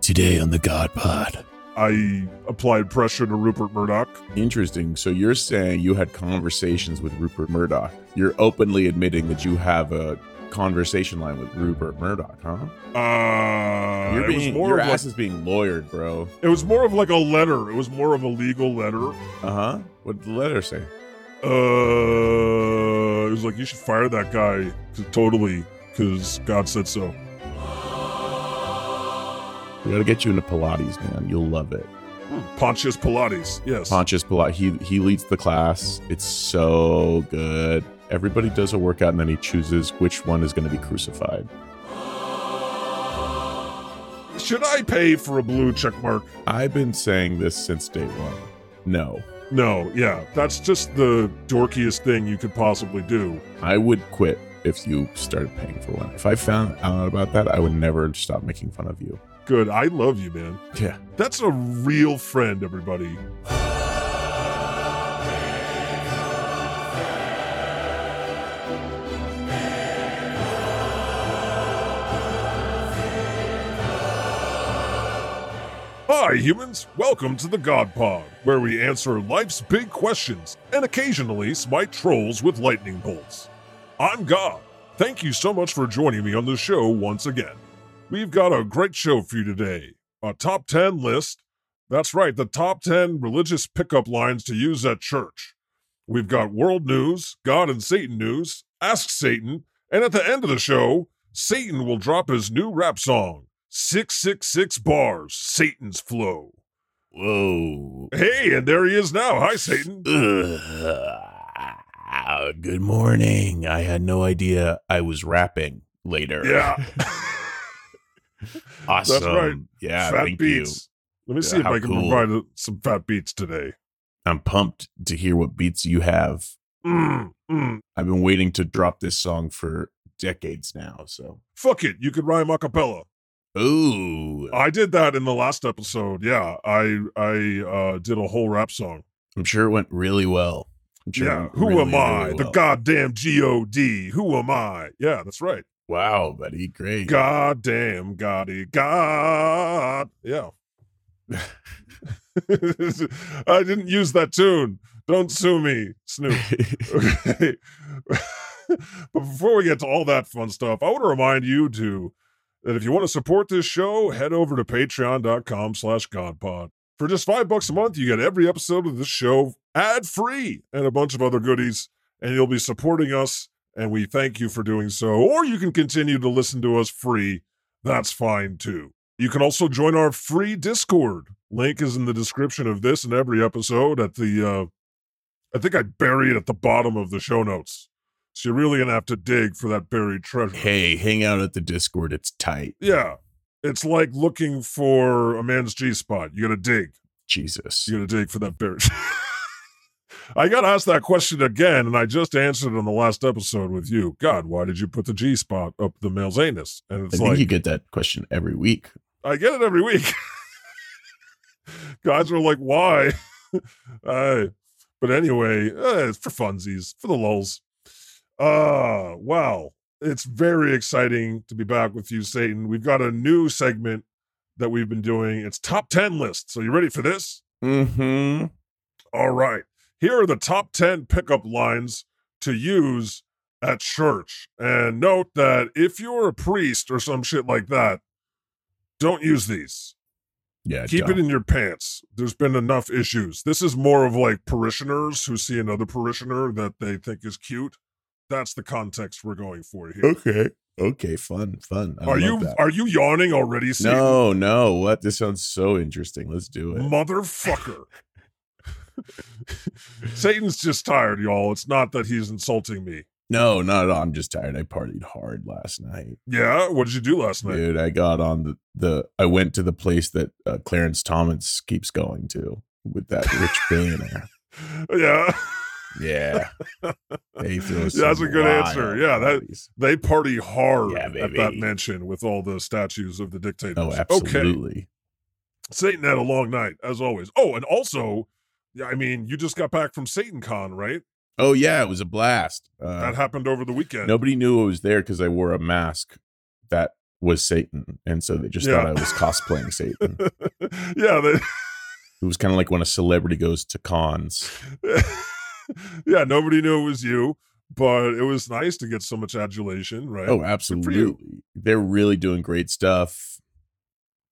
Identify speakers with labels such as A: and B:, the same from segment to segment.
A: Today on the God Pod.
B: I applied pressure to Rupert Murdoch.
C: Interesting. So you're saying you had conversations with Rupert Murdoch. You're openly admitting that you have a conversation line with Rupert Murdoch, huh?
B: Uh,
C: You're
B: it was
C: being,
B: more
C: your
B: of
C: ass
B: like,
C: is being lawyered, bro.
B: it was more of like a letter. It was more of a legal letter.
C: Uh huh. What did the letter say?
B: Uh, it was like you should fire that guy 'cause- totally because God said so.
C: We gotta get you into Pilates, man. You'll love it.
B: Pontius Pilates. Yes.
C: Pontius Pilates. He he leads the class. It's so good. Everybody does a workout and then he chooses which one is going to be crucified.
B: should I pay for a blue check mark?
C: I've been saying this since day one. No,
B: No. Yeah. That's just the dorkiest thing you could possibly do.
C: I would quit if you started paying for one. If I found out about that, I would never stop making fun of you.
B: Good. I love you, man.
C: Yeah.
B: That's a real friend, everybody. Hi, humans! Welcome to the God Pod, where we answer life's big questions and occasionally smite trolls with lightning bolts. I'm God. Thank you so much for joining me on the show once again. We've got a great show for you today a top 10 list. That's right, the top 10 religious pickup lines to use at church. We've got world news, God and Satan news, Ask Satan, and at the end of the show, Satan will drop his new rap song, 666 Bars, Satan's Flow.
A: Whoa.
B: Hey, and there he is now. Hi, Satan.
A: Ugh. Good morning. I had no idea I was rapping later.
B: Yeah.
A: Awesome.
B: right.
A: Yeah.
B: fat
A: thank you.
B: beats. Let me
C: Yeah,
B: see if
C: how
B: I can
C: cool.
B: provide uh, some fat beats today.
C: I'm pumped to hear what beats you have.
B: Mm, mm.
C: I've been waiting to drop this song for decades now. So,
B: Fuck it. You could rhyme a cappella.
C: ooh,
B: I did that in the last episode. Yeah, I I uh, did a whole rap song.
C: I'm sure it went really well. I'm sure it
B: yeah,
C: went
B: who
C: really,
B: am I?
C: really
B: The
C: well.
B: goddamn god. Who am I? Yeah, that's right.
C: Wow, buddy, great.
B: Goddamn goddy god. Yeah. I didn't use that tune. Don't sue me, Snoop. Okay. but before we get to all that fun stuff, I want to remind you to that if you want to support this show, head over to patreon.com slash godpod. For just five bucks a month, you get every episode of this show ad-free and a bunch of other goodies, and you'll be supporting us, and we thank you for doing so. Or you can continue to listen to us free. That's fine too. You can also join our free Discord. Link is in the description of this and every episode at the uh, I think I bury it at the bottom of the show notes. So you're really gonna have to dig for that buried treasure.
C: hey, hang out at the Discord. It's tight.
B: Yeah. It's like looking for a man's G spot. You gotta dig.
C: Jesus.
B: You gotta dig for that buried. I got asked that question again, and I just answered it on the last episode with you. God, why did you put the G spot up the male's anus?
C: I
B: And it's
C: think
B: like
C: you get that question every week.
B: I get it every week. Guys are like, why? uh, but anyway, uh, it's for funsies, for the lulz. Uh, wow. It's very exciting to be back with you, Satan. We've got a new segment that we've been doing. It's top 10 list. So you ready for this?
C: Mm-hmm.
B: All right. Here are the top 10 pickup lines to use at church. And note that if you're a priest or some shit like that, don't use these
C: Yeah.
B: keep it
C: dumb.
B: in your pants. There's been enough issues. This is more of like parishioners who see another parishioner that they think is cute. That's the context we're going for here.
C: Okay. Okay. Fun. Fun. I
B: Are
C: love
B: you
C: that.
B: are you yawning already? Satan?
C: no, no. What? This sounds so interesting. Let's do it.
B: motherfucker. Satan's just tired, y'all. It's not that he's insulting me.
C: No, not at all. I'm just tired. I partied hard last night.
B: Yeah, what did you do last night?
C: Dude, I got on the, the I went to the place that uh, Clarence Thomas keeps going to with that rich billionaire.
B: Yeah,
C: Yeah. They throw
B: Yeah, that's
C: some
B: a good answer.
C: wild
B: Yeah, that-
C: parties.
B: they party hard
C: Yeah,
B: at that
C: baby.
B: mansion with all the statues of the dictators.
C: Oh,
B: Okay.
C: absolutely.
B: Satan had a long night, as always. Oh, and also, yeah, I mean, you just got back from Satan Con, right?
C: Oh yeah, it was a blast. Uh,
B: that happened over the weekend.
C: nobody knew I was there because I wore a mask that was Satan, and so they just
B: Yeah.
C: thought I was cosplaying Satan.
B: yeah, they,
C: It was kind of like when a celebrity goes to cons.
B: yeah, nobody knew it was you, but it was nice to get so much adulation, right?
C: Oh,
B: for you.
C: absolutely! They're really doing great stuff.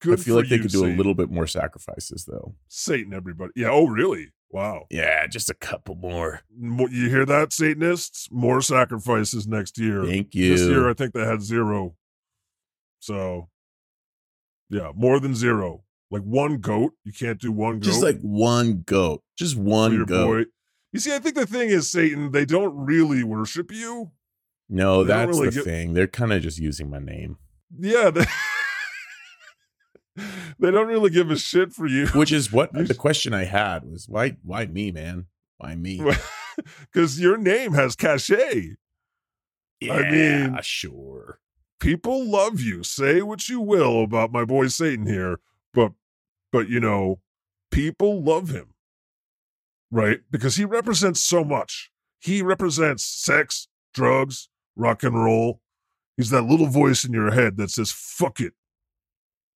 C: I feel
B: for
C: like they
B: you,
C: could do
B: Satan.
C: a little bit more sacrifices, though.
B: Satan, everybody. Yeah. Oh, really? Wow.
C: Yeah, just a couple more.
B: Mo- You hear that, Satanists? More sacrifices next year.
C: Thank
B: This year, I
C: you.
B: think they had zero. So, yeah, more than zero. Like one goat. You can't do one goat.
C: Just like one goat. Just
B: for
C: one
B: your
C: goat.
B: boy. You see, I think the thing is, Satan, they don't really worship you.
C: No,
B: They don't
C: that's
B: really
C: the
B: get-
C: thing. They're kind of just using my name,
B: Yeah. They, they don't really give a shit for you.
C: which is what
B: You
C: the
B: sh-
C: question I had was why? Why me, man? Why me?
B: Because your name has cachet. I mean-
C: Yeah, sure.
B: People love you. Say what you will about my boy Satan here, but but you know, people love him. Right? Because he represents so much. He represents sex, drugs, rock and roll. He's that little voice in your head that says, fuck it.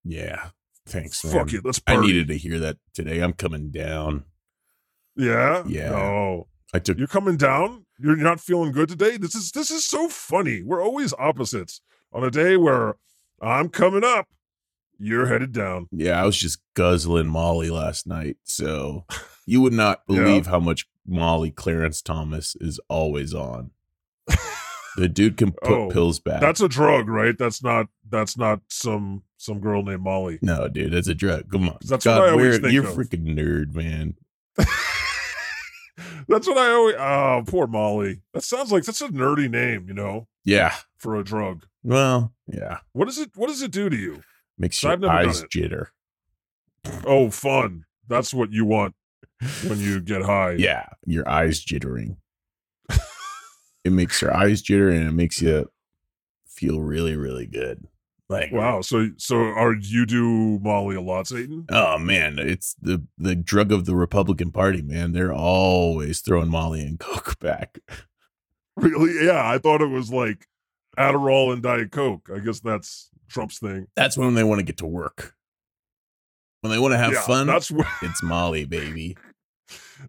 C: Yeah. Thanks, man.
B: fuck it. Let's
C: I
B: party.
C: needed to hear that today. I'm coming down.
B: Yeah.
C: Yeah.
B: Oh.
C: I took
B: You're coming down. You're not feeling good today. This is this is so funny. We're always opposites. On a day where I'm coming up, you're headed down.
C: yeah, I was just guzzling Molly last night. So you would not
B: Yeah.
C: believe how much Molly Clarence Thomas is always on. The dude can put
B: Oh,
C: pills back.
B: That's a drug, right? That's not that's not some some girl named Molly.
C: no, dude, that's a drug. Come on.
B: That's what I always
C: we're-
B: think
C: you're
B: of.
C: freaking nerd, man.
B: That's what I always oh, poor Molly. That sounds like that's a nerdy name, you know,
C: Yeah.
B: for a drug.
C: Well, yeah.
B: What does it what does it do to you?
C: Makes
B: So I've
C: your
B: never done
C: eyes
B: it.
C: jitter.
B: Oh, fun. That's what you want when you get high.
C: Yeah, your eyes jittering. it makes your eyes jitter and it makes you feel really, really good. Like
B: Wow. So so are you do Molly a lot, Satan?
C: Oh man, it's the the drug of the Republican Party, man. They're always throwing Molly and Coke back.
B: Really? Yeah, I thought it was like Adderall and Diet Coke. I guess that's Trump's thing.
C: That's when they want to get to work. When they want to have
B: Yeah,
C: fun,
B: That's what
C: it's Molly, baby.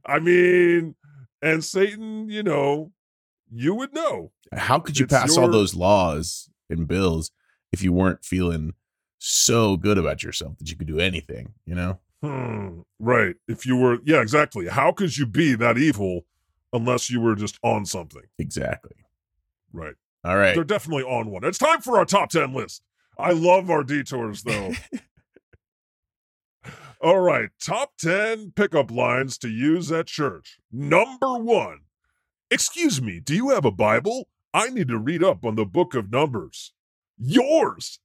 B: I mean. And Satan, you know, you would know.
C: How could you
B: It's
C: pass all
B: your-
C: those laws and bills if you weren't feeling so good about yourself that you could do anything, you know?
B: Hmm, right. If you were, yeah, exactly. How could you be that evil unless you were just on something?
C: Exactly.
B: Right.
C: All right.
B: They're definitely on one. It's time for our top 10 list. I love our detours, though. All right, top 10 pickup lines to use at church. Number one Excuse me, do you have a Bible? I need to read up on the book of Numbers. Yours.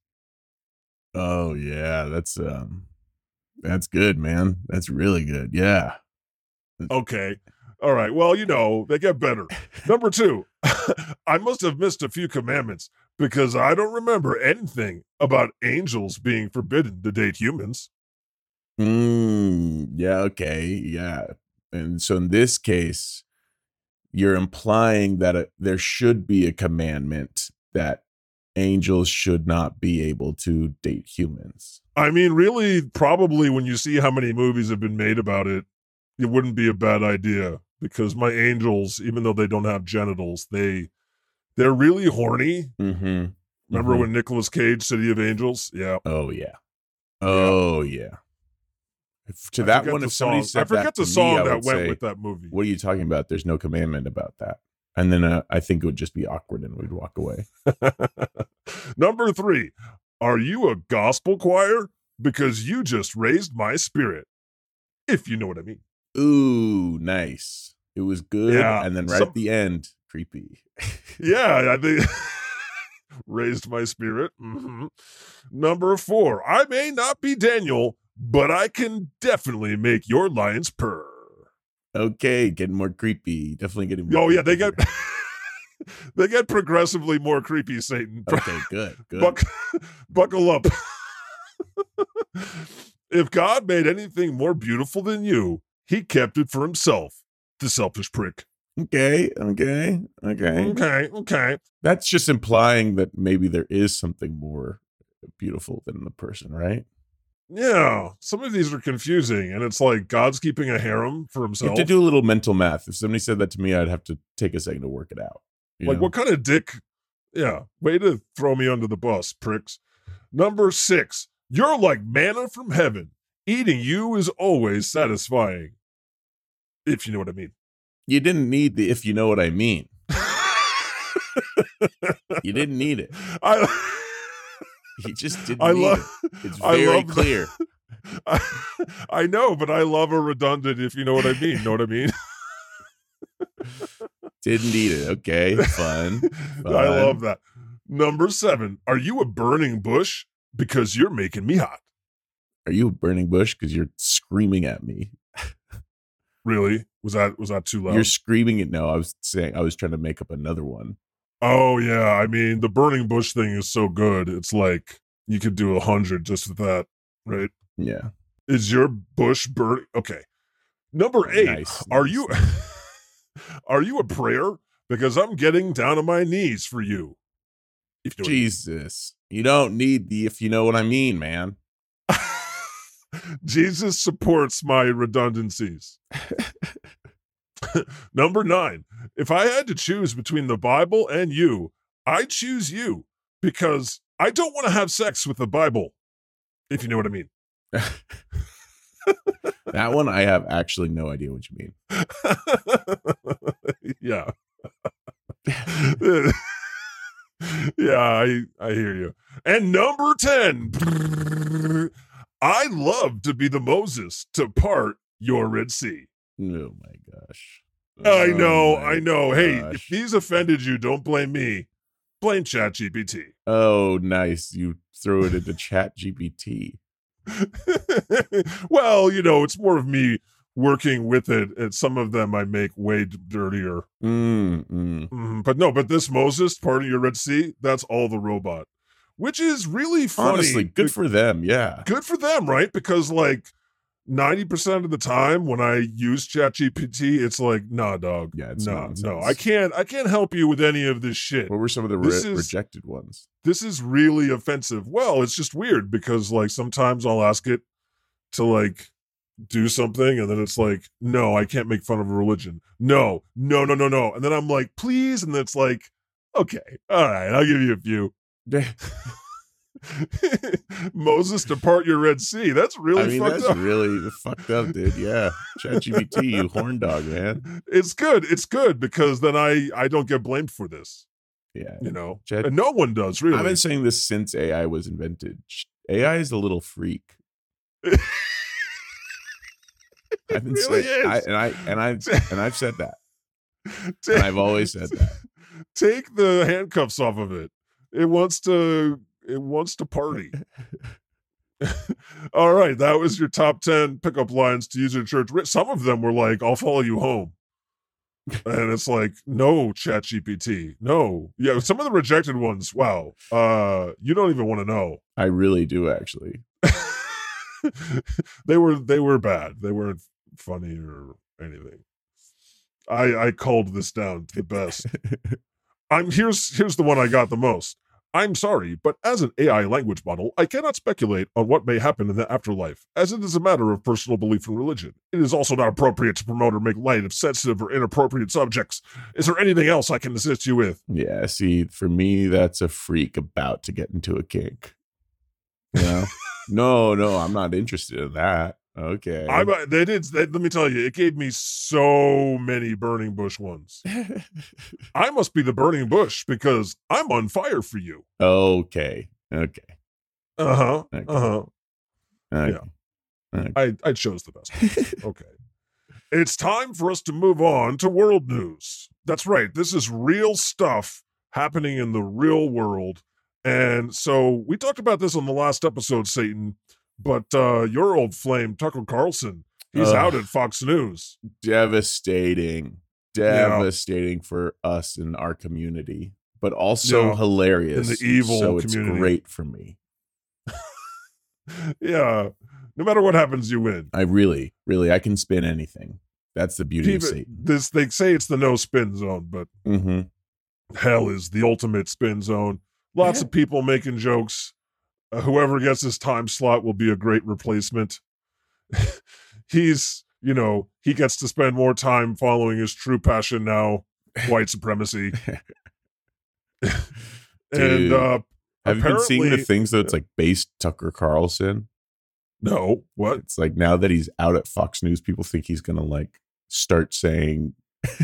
C: Oh yeah, that's um that's good, man. That's really good. Yeah.
B: Okay. All right. Well, you know, they get better. Number two, I must have missed a few commandments because I don't remember anything about angels being forbidden to date humans.
C: Mm, yeah, okay. Yeah. And so in this case, you're implying that uh there should be a commandment that angels should not be able to date humans.
B: I mean, really, probably when you see how many movies have been made about it, it wouldn't be a bad idea because my angels, even though they don't have genitals, they they're really horny.
C: Mm-hmm.
B: Remember
C: Mhm.
B: when Nicolas Cage, City of Angels? Yeah.
C: Oh yeah. Oh yeah. If- To
B: I
C: that
B: forget
C: one,
B: the
C: if somebody
B: song-
C: said
B: I forget
C: that to
B: the
C: me,
B: song
C: I
B: that
C: would
B: went
C: say,
B: with that movie.
C: what are you talking about? There's no commandment about that. And then uh, I think it would just be awkward and we'd walk away.
B: Number three, are you a gospel choir? Because you just raised my spirit. If you know what I mean.
C: Ooh, nice. It was good.
B: Yeah,
C: and then right
B: some-
C: at the end, creepy.
B: Yeah, I think raised my spirit. Mhm. Number four, I may not be Daniel, but I can definitely make your lions purr.
C: Okay, getting more creepy. Definitely getting more
B: Oh yeah, they get
C: creepy
B: they get progressively more creepy, Satan.
C: here. Okay, good, good.
B: Buck, buckle up. if God made anything more beautiful than you, he kept it for himself. The selfish prick.
C: okay, okay, okay.
B: Okay, okay.
C: That's just implying that maybe there is something more beautiful than the person, right?
B: Yeah, some of these are confusing, and it's like God's keeping a harem for
C: You have
B: himself.
C: to do a little mental math. If somebody said that to me, I'd have to take a second to work it out. you
B: like,
C: know?
B: what kind of dick? Yeah, way to throw me under the bus, pricks. Number six, you're like manna from heaven. Eating you is always satisfying. If you know what I mean.
C: you didn't need the if you know what I mean. You didn't need it.
B: I,
C: You just didn't
B: I
C: need
B: love.
C: it. It's
B: I
C: very
B: love the-
C: clear.
B: I, I know, but I love a redundant. If you know what I mean, know what I mean.
C: Didn't need it. Okay, fun.
B: I love that. Number seven, are you a burning bush? Because you're making me hot.
C: Are you a burning bush? Because you're screaming at me.
B: Really? Was that was that too loud?
C: You're screaming it. No, I was saying I was trying to make up another one.
B: Oh yeah, I mean the burning bush thing is so good. It's like you could do a hundred just with that, right?
C: Yeah.
B: Is your bush burning? Okay. Number eight.
C: Nice,
B: Are
C: nice,
B: you
C: nice.
B: are you a prayer? Because I'm getting down on my knees for you. If you know what I mean.
C: Jesus? You don't need the if you know what I mean, man.
B: Jesus supports my redundancies. Number nine, if I had to choose between the Bible and you, I choose you because I don't want to have sex with the Bible, if you know what I mean.
C: That one I have actually no idea what you mean.
B: yeah. yeah, I I hear you. And number 10. I love to be the Moses to part your Red Sea.
C: Oh my gosh.
B: I
C: Oh
B: know,
C: my
B: I know. Hey, if
C: gosh.
B: these offended you, don't blame me. Blame ChatGPT.
C: Oh, nice. You threw it into Chat GPT.
B: well, you know, it's more of me working with it, and some of them I make way dirtier.
C: Mm, mm.
B: Mhm, But no, but this Moses, part of your Red Sea, that's all the robot, which is really funny.
C: Honestly, good for them. Yeah.
B: good for them, right? Because like 90% of the time when I use ChatGPT, it's like, nah, dog.
C: Yeah, it's
B: no, no,
C: nonsense.
B: I can't, I can't help you with any of this shit.
C: What were some of the
B: This
C: re-
B: is-
C: rejected ones?
B: This is really offensive. Well, it's just weird because like sometimes I'll ask it to like do something and then it's like, no, I can't make fun of a religion. No, no, no, no, no. And then I'm like, please. And then it's like, okay, all right, I'll give you a few. Moses, depart your Red Sea. That's really
C: I mean,
B: fucked
C: that's
B: up.
C: really fucked up, dude. Yeah. Chat GPT, you horn dog, man.
B: it's good it's good because then i i don't get blamed for this
C: Yeah.
B: you know
C: Chad-
B: and no one does really
C: I've been saying this since AI was invented. Ch- AI is a little freak. I've been
B: really
C: saying, I,
B: is.
C: and I and I and I've said that. And I've always said that.
B: take the handcuffs off of it it wants to it wants to party all right that was your top 10 pickup lines to use in church Ri- some of them were like i'll follow you home and it's like no chat gpt no yeah some of the rejected ones wow uh you don't even want to know
C: I really do actually.
B: they were they were bad. They weren't funny or anything. I I called this down to the best. I'm here's here's the one I got the most. I'm sorry, but as an AI language model, I cannot speculate on what may happen in the afterlife, as it is a matter of personal belief and religion. It is also not appropriate to promote or make light of sensitive or inappropriate subjects. Is there anything else I can assist you with?
C: Yeah, see, for me, that's a freak about to get into a kink. You know? no, no, I'm not interested in that. Okay.
B: I uh, they did. They, let me tell you, it gave me so many burning bush ones. I must be the burning bush because I'm on fire for you.
C: okay. Okay.
B: Uh huh.
C: Okay.
B: Uh huh.
C: okay.
B: I, I chose the best. one. okay. It's time for us to move on to world news. That's right. This is real stuff happening in the real world. And so we talked about this on the last episode, Satan, but uh, your old flame, Tucker Carlson, he's
C: Ugh.
B: out at Fox News.
C: Devastating.
B: Yeah.
C: Devastating for us and our community, but also
B: Yeah.
C: hilarious.
B: And the evil
C: So it's
B: community.
C: great for me.
B: Yeah. No matter what happens, you win.
C: I really, really, I can spin anything. That's the beauty of
B: People-
C: Satan.
B: this they say it's the no spin zone, but
C: hmm
B: hell is the ultimate spin zone. Lots of people making jokes. Uh, whoever gets his time slot will be a great replacement. He's, you know, he gets to spend more time following his true passion now, white supremacy. and
C: Dude.
B: uh
C: Have you been seeing the
B: Apparently-
C: things that it's like based Tucker Carlson?
B: no, what?
C: It's like now that he's out at Fox News, people think he's gonna like start saying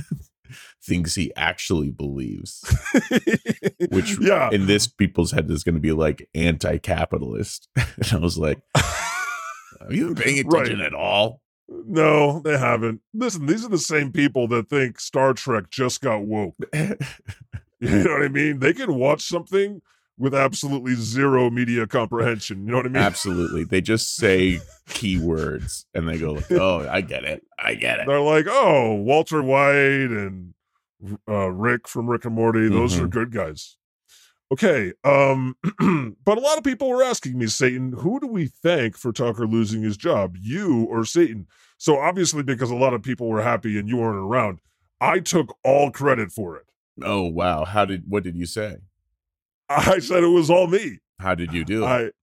C: things he actually believes. Which-
B: yeah.
C: In this people's head is gonna be like anti-capitalist. and I was like, Have you been paying
B: Right.
C: attention at all?
B: No, they haven't. Listen, these are the same people that think Star Trek just got woke. You know what I mean? They can watch something with absolutely zero media comprehension. You know what I mean?
C: Absolutely. They just say keywords and they go like, Oh, I get it. I get it.
B: They're like, oh, Walter White and uh, Rick from Rick and Morty. Those are
C: Mhm.
B: good guys. Okay. Um, but a lot of people were asking me, Satan, who do we thank for Tucker losing his job, you or Satan? So obviously, because a lot of people were happy and you weren't around, I took all credit for it.
C: Oh wow. How did what did you say?
B: I said it was all me.
C: How did you do it?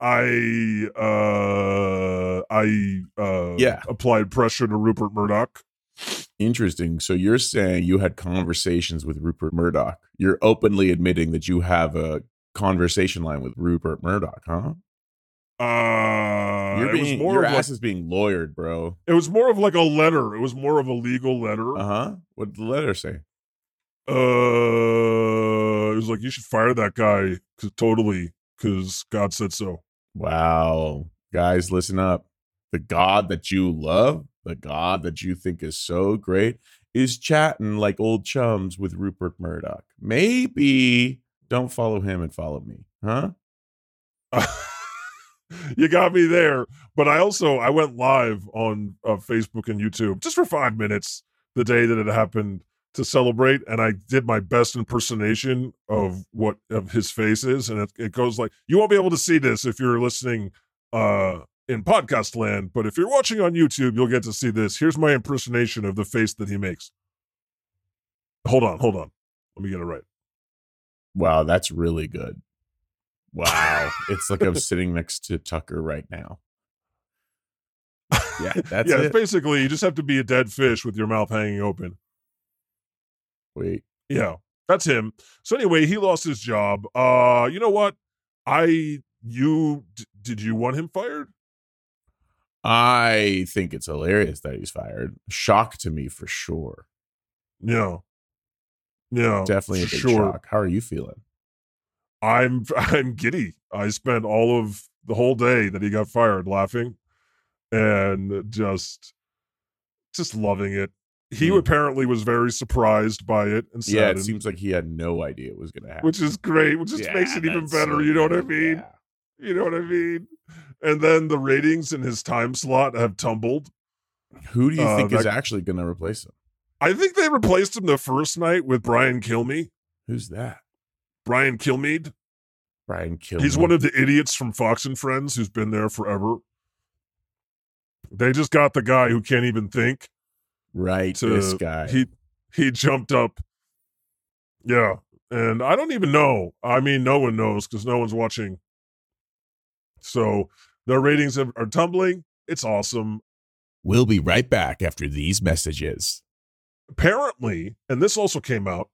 B: I I uh I uh
C: Yeah.
B: applied pressure to Rupert Murdoch.
C: Interesting. So you're saying you had conversations with Rupert Murdoch. You're openly admitting that you have a conversation line with Rupert Murdoch, huh?
B: Uh
C: you're
B: it was
C: being,
B: more
C: your
B: of like,
C: ass is being lawyered, bro.
B: it was more of like a letter. It was more of a legal letter.
C: Uh
B: uh
C: huh. What did the letter say?
B: Uh, it was like you should fire that guy 'cause- totally cuz God said so.
C: Wow, guys, listen up. The God that you love, the God that you think is so great, is chatting like old chums with Rupert Murdoch. Maybe don't follow him and follow me, huh?
B: you got me there, but I also I went live on uh, Facebook and YouTube just for 5 minutes the day that it happened to celebrate and I did my best impersonation of what of his face is and it, it goes like you won't be able to see this if you're listening uh in podcast land, but if you're watching on YouTube, you'll get to see this. Here's my impersonation of the face that he makes. Hold on, hold on. Let me get it right.
C: Wow, that's really good. Wow. it's like I'm sitting next to Tucker right now. Yeah, that's
B: yeah,
C: it.
B: it's basically you just have to be a dead fish with your mouth hanging open.
C: Wait.
B: Yeah, that's him. So anyway, he lost his job. Uh, you know what? I you d- did you want him fired?
C: I think it's hilarious that he's fired. Shock to me for sure.
B: No, no,
C: Definitely a
B: for
C: big
B: Oh, sure.
C: shock. How are you feeling?
B: I'm I'm giddy. I spent all of the whole day that he got fired laughing and just just loving it. He
C: Hmm.
B: apparently was very surprised by it and
C: yeah, it
B: saddened,
C: seems like he had no idea it was going to happen.
B: which is great, which just
C: Yeah,
B: makes it even
C: that's so
B: better. you know what I
C: good.
B: mean?
C: Yeah.
B: You know what I mean? And then the ratings in his time slot have tumbled.
C: Who do you
B: Uh,
C: think is
B: that-
C: actually going to replace him?
B: I think they replaced him the first night with Brian Kilmeade.
C: Who's that?
B: Brian Kilmeade.
C: Brian Kilmeade.
B: He's one of the idiots from Fox and Friends who's been there forever. They just got the guy who can't even think.
C: right.
B: to-
C: This guy.
B: He he jumped up. Yeah. And I don't even know. I mean, no one knows because no one's watching. So their ratings have, are tumbling. It's awesome.
C: we'll be right back after these messages.
B: apparently, and this also came out,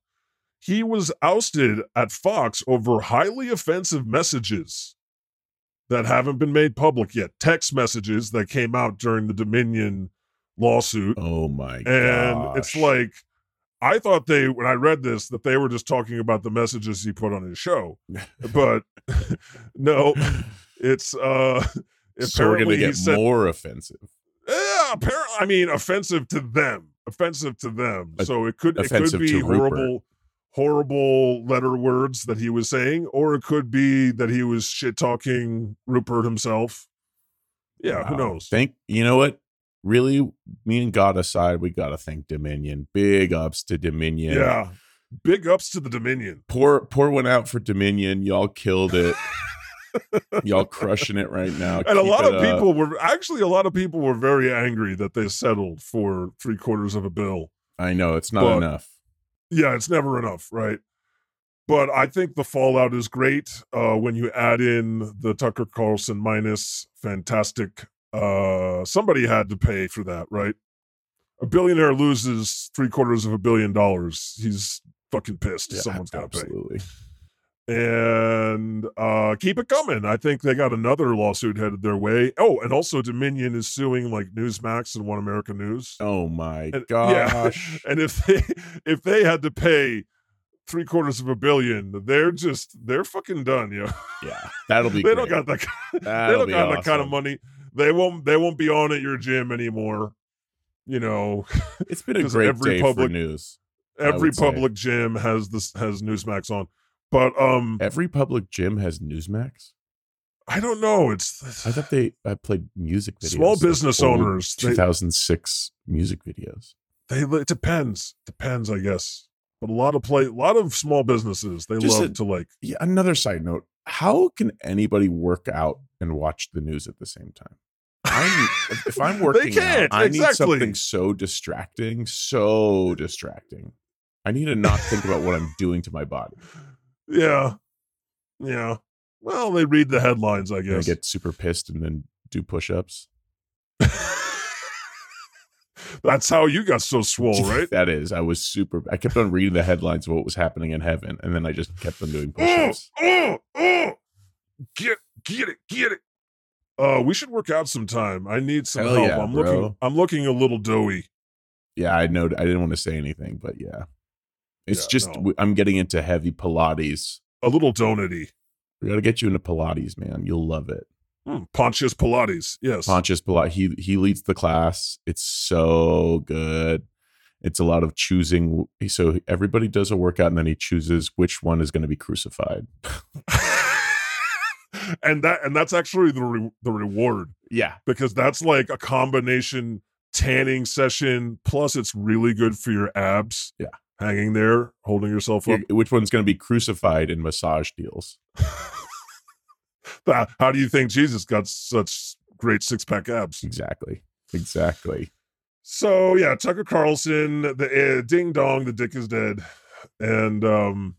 B: he was ousted at Fox over highly offensive messages that haven't been made public yet. Text messages that came out during the Dominion lawsuit.
C: Oh my god.
B: and it's like, I thought they, when I read this, that they were just talking about the messages he put on his show. But no, it's, uh,
C: so we're gonna
B: apparently he
C: get
B: said,
C: more offensive,
B: yeah, apparently, I mean, offensive to them, offensive to them.
C: O-
B: So it could it could
C: offensive
B: be
C: to Rupert.
B: horrible, horrible letter words that he was saying, or it could be that he was shit talking Rupert himself. Yeah, who
C: Wow.
B: knows?
C: Thank you know what? Really, me and God aside, we gotta thank Dominion. Big ups to Dominion.
B: Yeah, big ups to the Dominion.
C: Pour pour one out for Dominion. Y'all killed it. Y'all crushing it right now.
B: and a
C: Keep
B: lot
C: it
B: of
C: up.
B: people were actually a lot of people were very angry that they settled for three quarters of a bill.
C: I know it's not
B: But-
C: enough.
B: Yeah, it's never enough, right? but I think the fallout is great uh, when you add in the Tucker Carlson minus fantastic. Uh, somebody had to pay for that, right? A billionaire loses three quarters of a billion dollars. He's fucking pissed.
C: Yeah,
B: Someone's got to pay.
C: absolutely.
B: And uh, keep it coming. I think they got another lawsuit headed their way. Oh, and also Dominion is suing like Newsmax and One America News.
C: Oh my
B: And- yeah.
C: gosh.
B: and if they if they had to pay three quarters of a billion, they're just they're fucking done, yo.
C: Yeah. That'll be
B: They
C: great.
B: don't got that. They
C: That'll
B: don't
C: be
B: got that kind of
C: awesome.
B: money. They won't. They won't be on at your gym anymore. You know,
C: It's been a
B: because
C: great
B: every
C: day
B: public-
C: for news. I
B: every
C: would say.
B: public gym has this has Newsmax on, but um,
C: Every public gym has Newsmax.
B: I don't know. It's
C: I thought they I played music videos.
B: Small
C: like
B: business
C: old
B: owners, they-
C: 2006 music videos.
B: they. It depends. Depends, I guess. But a lot of play, a lot of small businesses they
C: Just
B: love
C: a-
B: to like.
C: Yeah, another side note, how can anybody work out and watch the news at the same time? I need, if I'm
B: They
C: working out,
B: can't,
C: I need
B: exactly.
C: something so distracting, so distracting. I need to not think about what I'm doing to my body.
B: Yeah, yeah. Well, they read the headlines, I
C: And I
B: guess.
C: get super pissed and then do push-ups.
B: That's how you got so swole, right?
C: that is. I was super I kept on reading the headlines of what was happening in heaven and then I just kept on doing push-ups.
B: Oh, oh, get get it, get it. Uh, we should work out sometime. I need some
C: Hell
B: help.
C: yeah,
B: I'm looking
C: bro.
B: I'm looking a little doughy.
C: yeah i know i didn't want to say anything but yeah it's
B: Yeah,
C: just
B: no.
C: w i'm getting into heavy pilates
B: A little donutty.
C: we gotta get you into pilates man you'll love it
B: Hmm, Pontius Pilates. Yes.
C: pontius pilates he he leads the class it's so good it's a lot of choosing so everybody does a workout and then he chooses which one is going to be crucified
B: and that and that's actually the re- the reward
C: yeah
B: because that's like a combination tanning session plus it's really good for your abs.
C: Yeah.
B: Hanging there, holding yourself up.
C: which one's going to be crucified in massage deals
B: Th- How do you think Jesus got such great six pack abs?
C: exactly exactly
B: So yeah, Tucker Carlson, the uh, ding dong, the dick is dead, and um,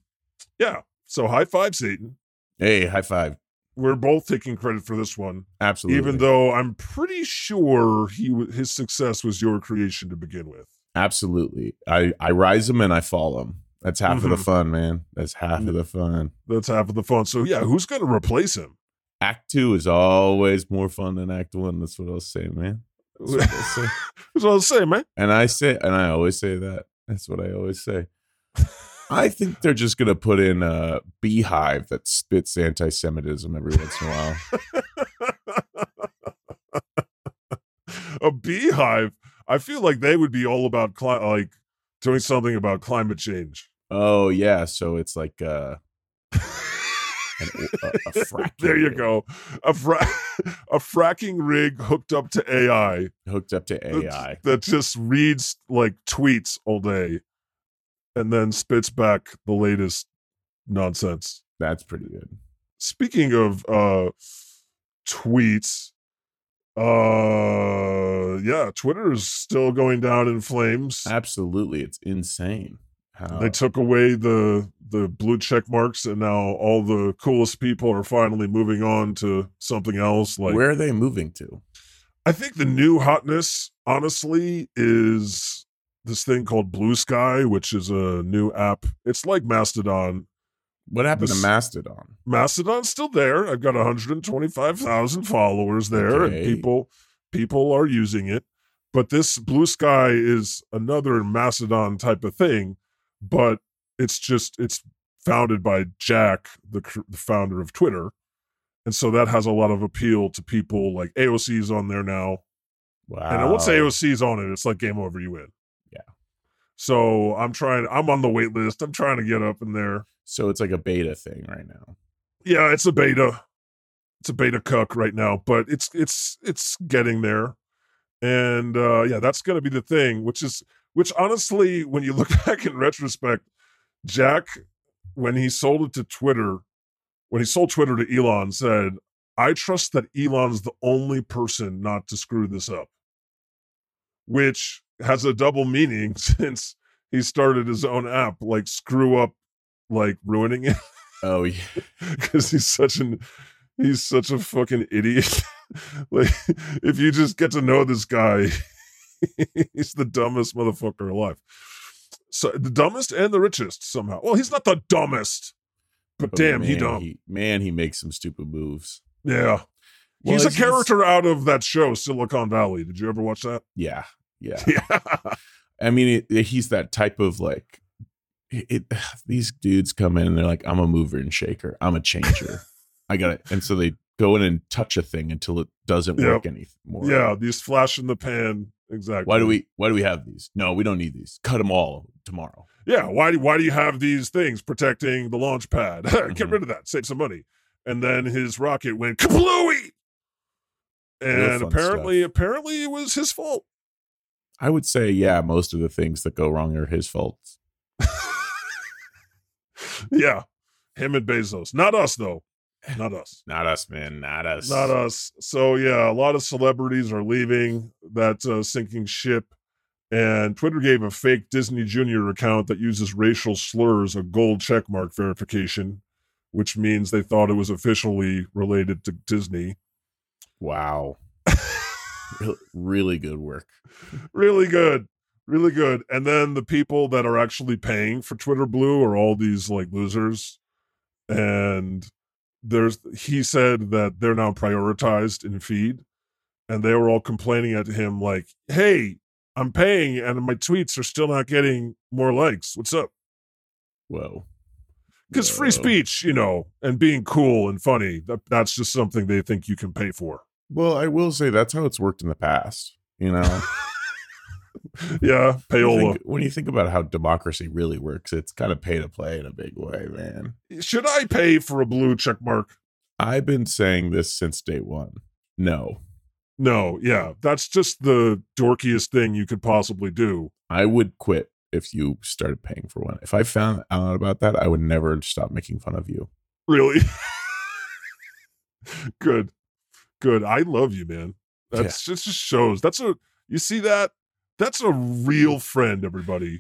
B: yeah. So high five, Satan.
C: hey high five
B: We're both taking credit for this one,
C: absolutely
B: even though I'm pretty sure he w- his success was your creation to begin with.
C: Absolutely. I I rise them and I fall them. That's half of the
B: Mhm.
C: fun, man. That's half
B: Mm.
C: of the fun.
B: That's half of the fun. So yeah, who's going to replace him?
C: Act two is always more fun than act one. That's what I'll say, man. That's what I'll say.
B: That's what I was saying, man.
C: and I say, and I always say that. That's what I always say. I think they're just gonna put in a beehive that spits anti-Semitism every once in a while.
B: a beehive. I feel like they would be all about cli- like doing something about climate change.
C: Oh yeah, so it's like uh, an, a, a fracking
B: there you
C: rig
B: go. A fra- a fracking rig hooked up to AI
C: hooked up to
B: that-
C: AI.
B: that, just reads like tweets all day and then spits back the latest nonsense.
C: That's pretty good.
B: Speaking of uh tweets, uh yeah, Twitter is still going down in flames.
C: Absolutely, it's insane. How
B: they took away the the blue check marks and now all the coolest people are finally moving on to something else like
C: where are they moving to?
B: i think the new hotness honestly is this thing called blue sky which is a new app it's like mastodon
C: What happened
B: This-
C: to Mastodon?
B: mastodon's still there i've got 125000 followers there and
C: Okay.
B: people people are using it but this blue sky is another mastodon type of thing but it's just it's founded by jack the, cr- the founder of twitter and so that has a lot of appeal to people like aoc's on there now
C: Wow.
B: and I won't say AOC's on it. It's like game over, you win.
C: Yeah.
B: So I'm trying. I'm on the wait list. I'm trying to get up in there.
C: So it's like a beta thing right now.
B: Yeah, it's a beta. It's a beta cuck right now, but it's it's it's getting there. And uh yeah, that's gonna be the thing, which is which honestly, when you look back in retrospect, Jack, when he sold it to Twitter, when he sold Twitter to Elon, said, I trust that Elon's the only person not to screw this up. Which has a double meaning since he started his own app, like screw up like ruining it
C: Oh yeah.
B: because he's such an he's such a fucking idiot. like if you just get to know this guy, he's the dumbest motherfucker alive. So the dumbest and the richest somehow. Well, he's not the dumbest, but
C: Oh,
B: damn, he
C: man,
B: dumb.
C: man, he makes some stupid moves.
B: yeah,
C: Well,
B: he's a
C: it's- it's-
B: character out of that show Silicon Valley. Did you ever watch that?
C: Yeah, yeah.
B: Yeah,
C: I mean, it, it- he's that type of like. It, it- these dudes come in and they're like, "I'm a mover and shaker. I'm a changer. I got it." And so they go in and touch a thing until it doesn't work anymore.
B: yeah. These flash in the pan. Exactly.
C: Why do we? Why do we have these? No, we don't need these. Cut them all tomorrow.
B: yeah why do, why do you have these things protecting the launch pad get
C: Mhm.
B: rid of that save some money and then his rocket went kablooey and
C: fun
B: apparently apparently it was his fault
C: I would say, yeah, most of the things that go wrong are his fault.
B: yeah him and bezos not us though not us
C: Not us, man. Not us.
B: not us so yeah a lot of celebrities are leaving that uh, sinking ship and twitter gave a fake disney junior account that uses racial slurs a gold checkmark verification which means they thought it was officially related to disney
C: Wow. Re- really good work.
B: really good really good and then the people that are actually paying for twitter blue are all these like losers and there's he said that they're now prioritized in feed and they were all complaining at him like hey i'm paying and my tweets are still not getting more likes what's up
C: Whoa.
B: because
C: Whoa.
B: free speech you know and being cool and funny that, that's just something they think you can pay for
C: Well, I will say that's how it's worked in the past. You know,
B: yeah
C: You
B: payola
C: think- when you think about how democracy really works, it's kind of pay to play in a big way, man.
B: should i pay for a blue check mark
C: I've been saying this since day one. No,
B: No, yeah, that's just the dorkiest thing you could possibly do.
C: I would quit if you started paying for one. If I found out about that, I would never stop making fun of you.
B: Really? Good. Good. I love you, man. That's it just shows. That's a you see that? That's a
C: Mm.
B: real friend, everybody.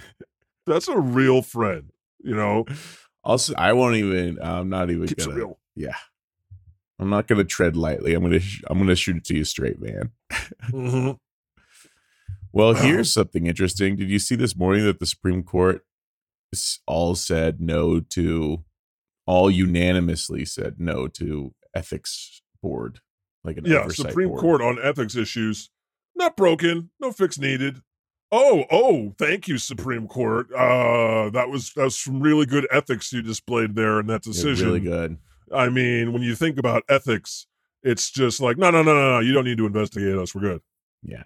B: That's a real friend, you know?
C: Also, I won't even. I'm not even
B: Keeps it
C: gonna.
B: real.
C: Yeah, I'm not gonna tread lightly. I'm gonna. Sh- I'm gonna shoot it to you straight, man.
B: Mhm.
C: Well,
B: Wow.
C: here's something interesting. Did you see this morning that the Supreme Court s- all said no to, all unanimously said no to ethics board, like an
B: Yeah,
C: oversight
B: Supreme
C: board.
B: Court on ethics issues. Not broken, no fix needed. Oh, oh, thank you, Supreme Court. Uh that was that was some really good ethics you displayed there in that
C: Yeah,
B: decision.
C: really good.
B: I mean, when you think about ethics, it's just like, no, no, no, no, no, you don't need to investigate us. We're good.
C: Yeah,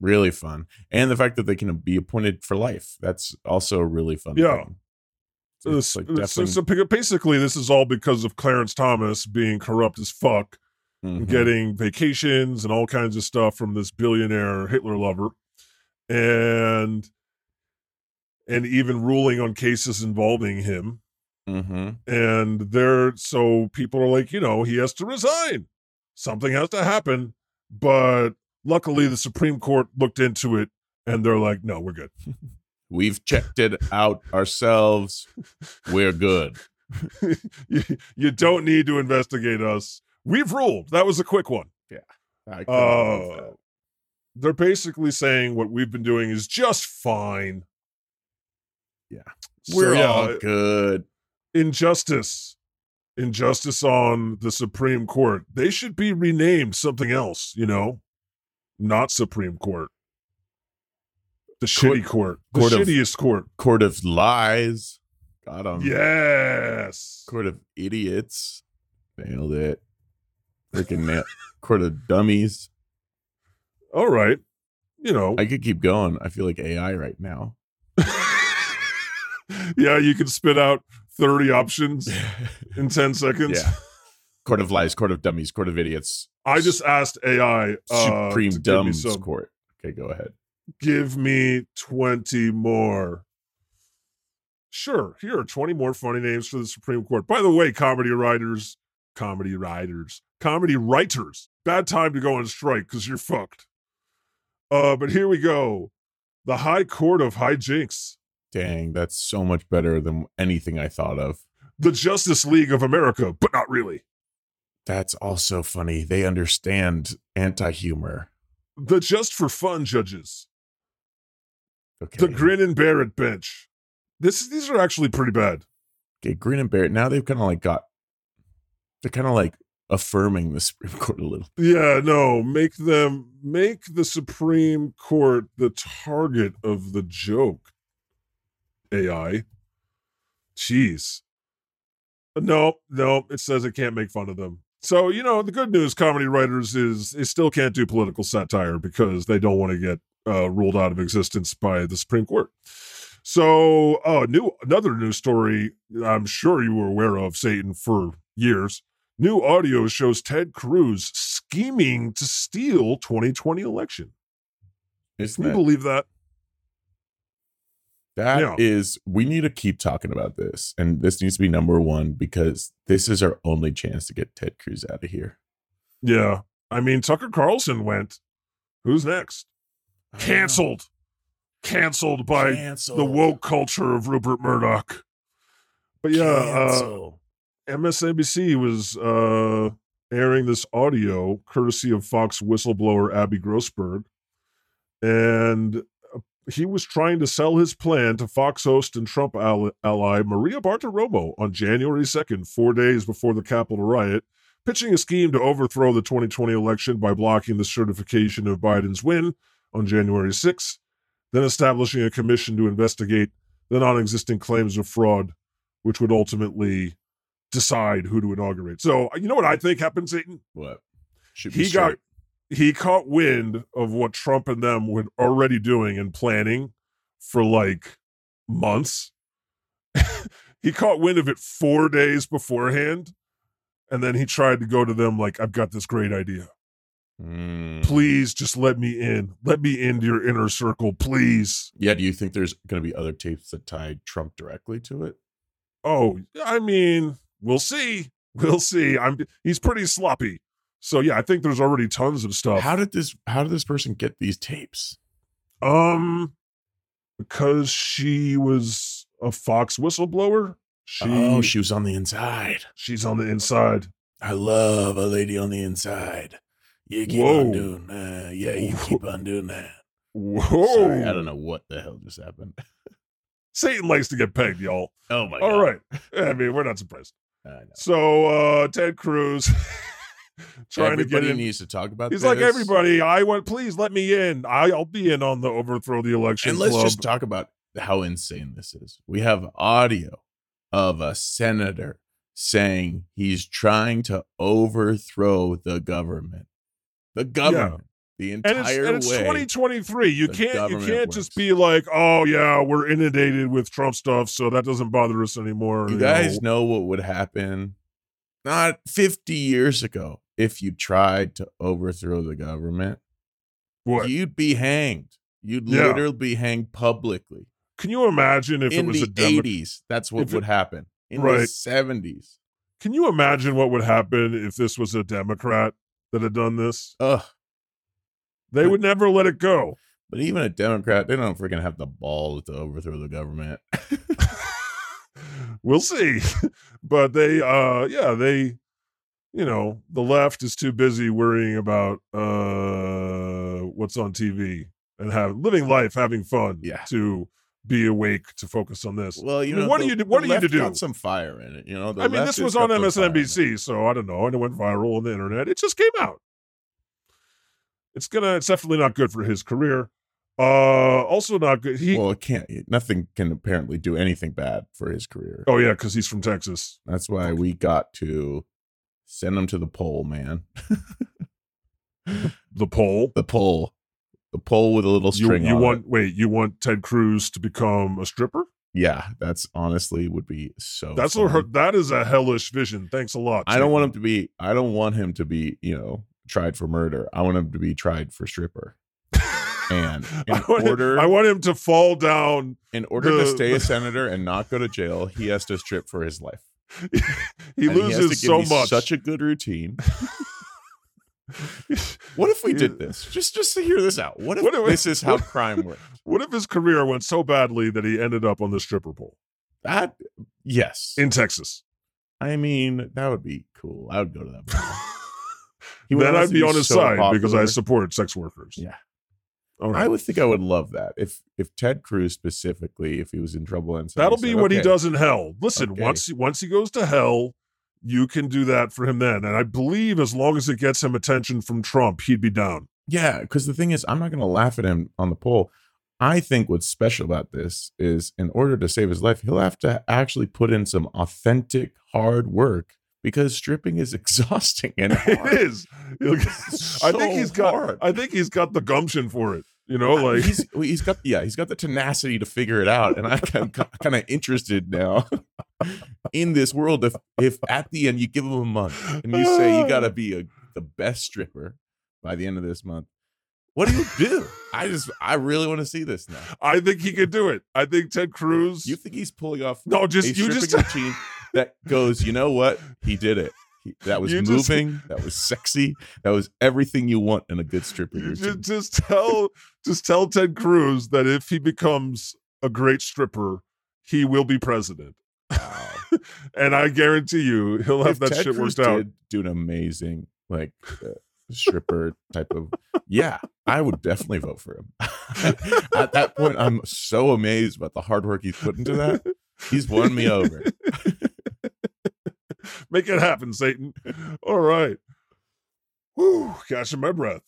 C: really fun, and the fact that they can be appointed for life—that's also a really fun.
B: Yeah.
C: thing.
B: So
C: It's
B: this-
C: like
B: uh, so,
C: definitely-
B: so pic- basically, this is all because of Clarence Thomas being corrupt as fuck,
C: Mhm.
B: getting vacations and all kinds of stuff from this billionaire Hitler lover, and and even ruling on cases involving him.
C: Mhm.
B: And they're so people are like, you know, he has to resign. Something has to happen. But luckily, the Supreme Court looked into it, and they're like, no, we're good.
C: We've checked it out ourselves. We're good.
B: you, you don't need to investigate us. We've ruled. That was a quick one.
C: I couldn't believe that.
B: Uh, they're basically saying what we've been doing is just fine.
C: Yeah.
B: So,
C: we're
B: yeah,
C: all good.
B: injustice. Injustice on the Supreme Court. They should be renamed something else, you know? Not Supreme Court. The
C: Court-
B: shitty court. The
C: court of-
B: shittiest court.
C: Court of lies. Got him.
B: yes.
C: Um, Court of idiots. Nailed it. Freaking nail. Court of dummies.
B: All right. You know.
C: I could keep going. I feel like AI right now.
B: yeah, you can spit out 30 options in 10 seconds.
C: Yeah. Court of lies. Court of dummies. Court of idiots.
B: I just asked AI uh,
C: Supreme
B: to give me,
C: dumbs
B: some,
C: court. Okay, go ahead.
B: give me 20 more. Sure, here are 20 more funny names for the Supreme Court. By the way, comedy writers, comedy writers, comedy writers, bad time to go on strike because you're fucked. Uh, but here we go. The High Court of Hijinks.
C: Dang, that's so much better than anything I thought of.
B: The Justice League of America, but not really.
C: That's also funny. They understand anti humor.
B: The just for fun judges.
C: Okay.
B: The Grin and Bear it bench. This these are actually pretty bad.
C: Okay, Green and Barrett. Now they've kind of like got. They're kind of like affirming the Supreme Court a little.
B: Yeah, no, make them make the Supreme Court the target of the joke. AI. Jeez. Uh, No, no, it says it can't make fun of them. So, you know, the good news comedy writers is they still can't do political satire because they don't want to get uh, ruled out of existence by the Supreme Court. So, uh, new another news story I'm sure you were aware of, Satan, for years. New audio shows Ted Cruz scheming to steal 2020 election.
C: Isn't
B: Can you
C: it?
B: believe that?
C: That
B: Yeah.
C: is- we need to keep talking about this, and this needs to be number one because this is our only chance to get Ted Cruz out of here.
B: Yeah. I mean, Tucker Carlson went. Who's next? Canceled. Canceled by
A: Cancel.
B: the woke culture of Rupert Murdoch. But yeah, uh,
A: Cancel.
B: MSNBC was uh, airing this audio courtesy of Fox whistleblower Abby Grossberg. And uh, he was trying to sell his plan to Fox host and Trump ally, ally Maria Bartiromo on January 2nd, four days before the Capitol riot, pitching a scheme to overthrow the 2020 election by blocking the certification of Biden's win on January 6th, then establishing a commission to investigate the non existent claims of fraud, which would ultimately decide who to inaugurate. So you know what I think happened, Satan?
C: What? Shoot me
B: He got
C: straight.
B: he caught wind of what Trump and them were already doing and planning for like months. he caught wind of it four days beforehand. And then he tried to go to them like, I've got this great idea.
C: Mm.
B: Please just let me in. Let me into your inner circle, please.
C: Yeah. Do you think there's going to be other tapes that tie Trump directly to it?
B: Oh, I mean, we'll see. We'll see. I'm he's pretty sloppy. So yeah, I think there's already tons of stuff.
C: How did this? How did this person get these tapes?
B: um because she was a Fox whistleblower, she,
C: oh, she was on the inside.
B: she's on the inside.
A: I love a lady on the inside. You keep
B: Whoa.
A: on doing
C: uh,
A: that. Yeah, you keep on doing that.
B: Whoa.
C: Sorry, I don't know what the hell just happened.
B: Satan likes to get pegged, y'all.
C: Oh my god!
B: All right. I mean, we're not surprised.
C: I know.
B: So uh Ted Cruz trying
C: Everybody
B: to get in.
C: needs to talk about.
B: He's
C: this.
B: like everybody. I want, please let me in. I, I'll be in on the overthrow the election.
C: And let's
B: club."
C: just talk about how insane this is. We have audio of a senator saying he's trying to overthrow the government. The government. The
B: and it's,
C: entire
B: and it's
C: way.
B: 2023 you
C: the
B: can't you
C: government
B: can't just
C: works.
B: be like oh yeah we're inundated with trump stuff so that doesn't bother us anymore
C: you
B: you
C: guys
B: know.
C: know what would happen not 50 years ago if you tried to overthrow the government.
B: what
C: You'd be hanged. You'd
B: Yeah.
C: literally be hanged publicly.
B: can you imagine if
C: in
B: it was
C: the
B: a Demo-
C: 80s, that's what
B: if it-
C: would happen. In the
B: Right.
C: 70s.
B: can you imagine what would happen if this was a democrat that had done this
C: Ugh.
B: they would never let it go
C: But even a Democrat, they don't freaking have the balls to overthrow the government.
B: we'll see but they uh yeah they you know the left is too busy worrying about uh what's on tv and have living life having fun
C: Yeah.
B: to be awake to focus on this
C: Well, you
B: I mean,
C: know,
B: what do
C: the-
B: you do- what
C: the
B: do you to
C: left Got
B: do?
C: some fire in it, you know. The
B: i mean
C: left
B: this
C: has
B: was
C: got
B: on
C: some fire in it.
B: msnbc so i don't know and it went viral on the internet it just came out it's gonna it's definitely not good for his career uh also not good he
C: Well, it can't. Nothing can apparently do anything bad for his career.
B: oh yeah because he's from texas
C: That's why we got to send him to the poll, man.
B: the poll
C: The poll, the poll with a little
B: you,
C: string.
B: you
C: on
B: want
C: it.
B: wait you want ted cruz to become a stripper
C: Yeah, that's honestly would be so.
B: That's a,
C: fun.
B: her- that is a hellish vision. Thanks a lot.
C: Oh, I don't want him to be. I don't want him to be. You know, tried for murder. I want him to be tried for stripper. And in
B: I want,
C: order,
B: him, I want him to fall down.
C: in order
B: the-
C: to stay a senator and not go to jail, he has to strip for his life.
B: he
C: And has
B: loses
C: to give
B: so
C: me
B: much.
C: Such a good routine. What if we
B: Yeah.
C: did this? Just just to hear this out. What if
B: What if-
C: this is how
B: what-
C: crime works?
B: What if his career went so badly that he ended up on the stripper pole
C: That yes.
B: in Texas?
C: I mean, that would be cool. I would go to that. bar. He would
B: Then I'd
C: honestly
B: be on his
C: so
B: side because I
C: popular.
B: supported sex workers.
C: Yeah.
B: All right.
C: I would think I would love that if if Ted Cruz specifically if he was in trouble and somebody
B: That'll be
C: said,
B: what he
C: "Okay,
B: does in hell. Listen,
C: Okay.
B: once once he goes to hell, you can do that for him then. And I believe as long as it gets him attention from Trump, he'd be down.
C: Yeah, because the thing is, I'm not going to laugh at him on the poll. I think what's special about this is, in order to save his life, he'll have to actually put in some authentic hard work because stripping is exhausting and hard.
B: It is. He'll get- I
C: so
B: think he's got.
C: hard. Ah,
B: I think he's got the gumption for it. You know, like
C: he's he's got yeah he's got the tenacity to figure it out, and I'm kind of interested now in this world. If if at the end you give him a month and you say you got to be a, the best stripper by the end of this month, what do you do? I just I really want to see this now.
B: I think he could do it. I think Ted Cruz.
C: You think he's pulling off
B: no,
C: a
B: just you
C: stripping
B: just.
C: routine that goes, you know what? He did it. He, that was
B: You just-
C: moving. that was sexy. That was everything you want in a good stripping
B: You
C: routine.
B: just, just tell just tell Ted Cruz that if he becomes a great stripper, he will be president. and I guarantee you he'll have
C: If
B: that
C: Ted
B: shit
C: Cruz
B: worked out.
C: did do an amazing like uh, stripper type of yeah. I would definitely vote for him. At that point, I'm so amazed about the hard work he's put into that. He's won me over.
B: Make it happen, Satan. All right. Whew, catching my breath.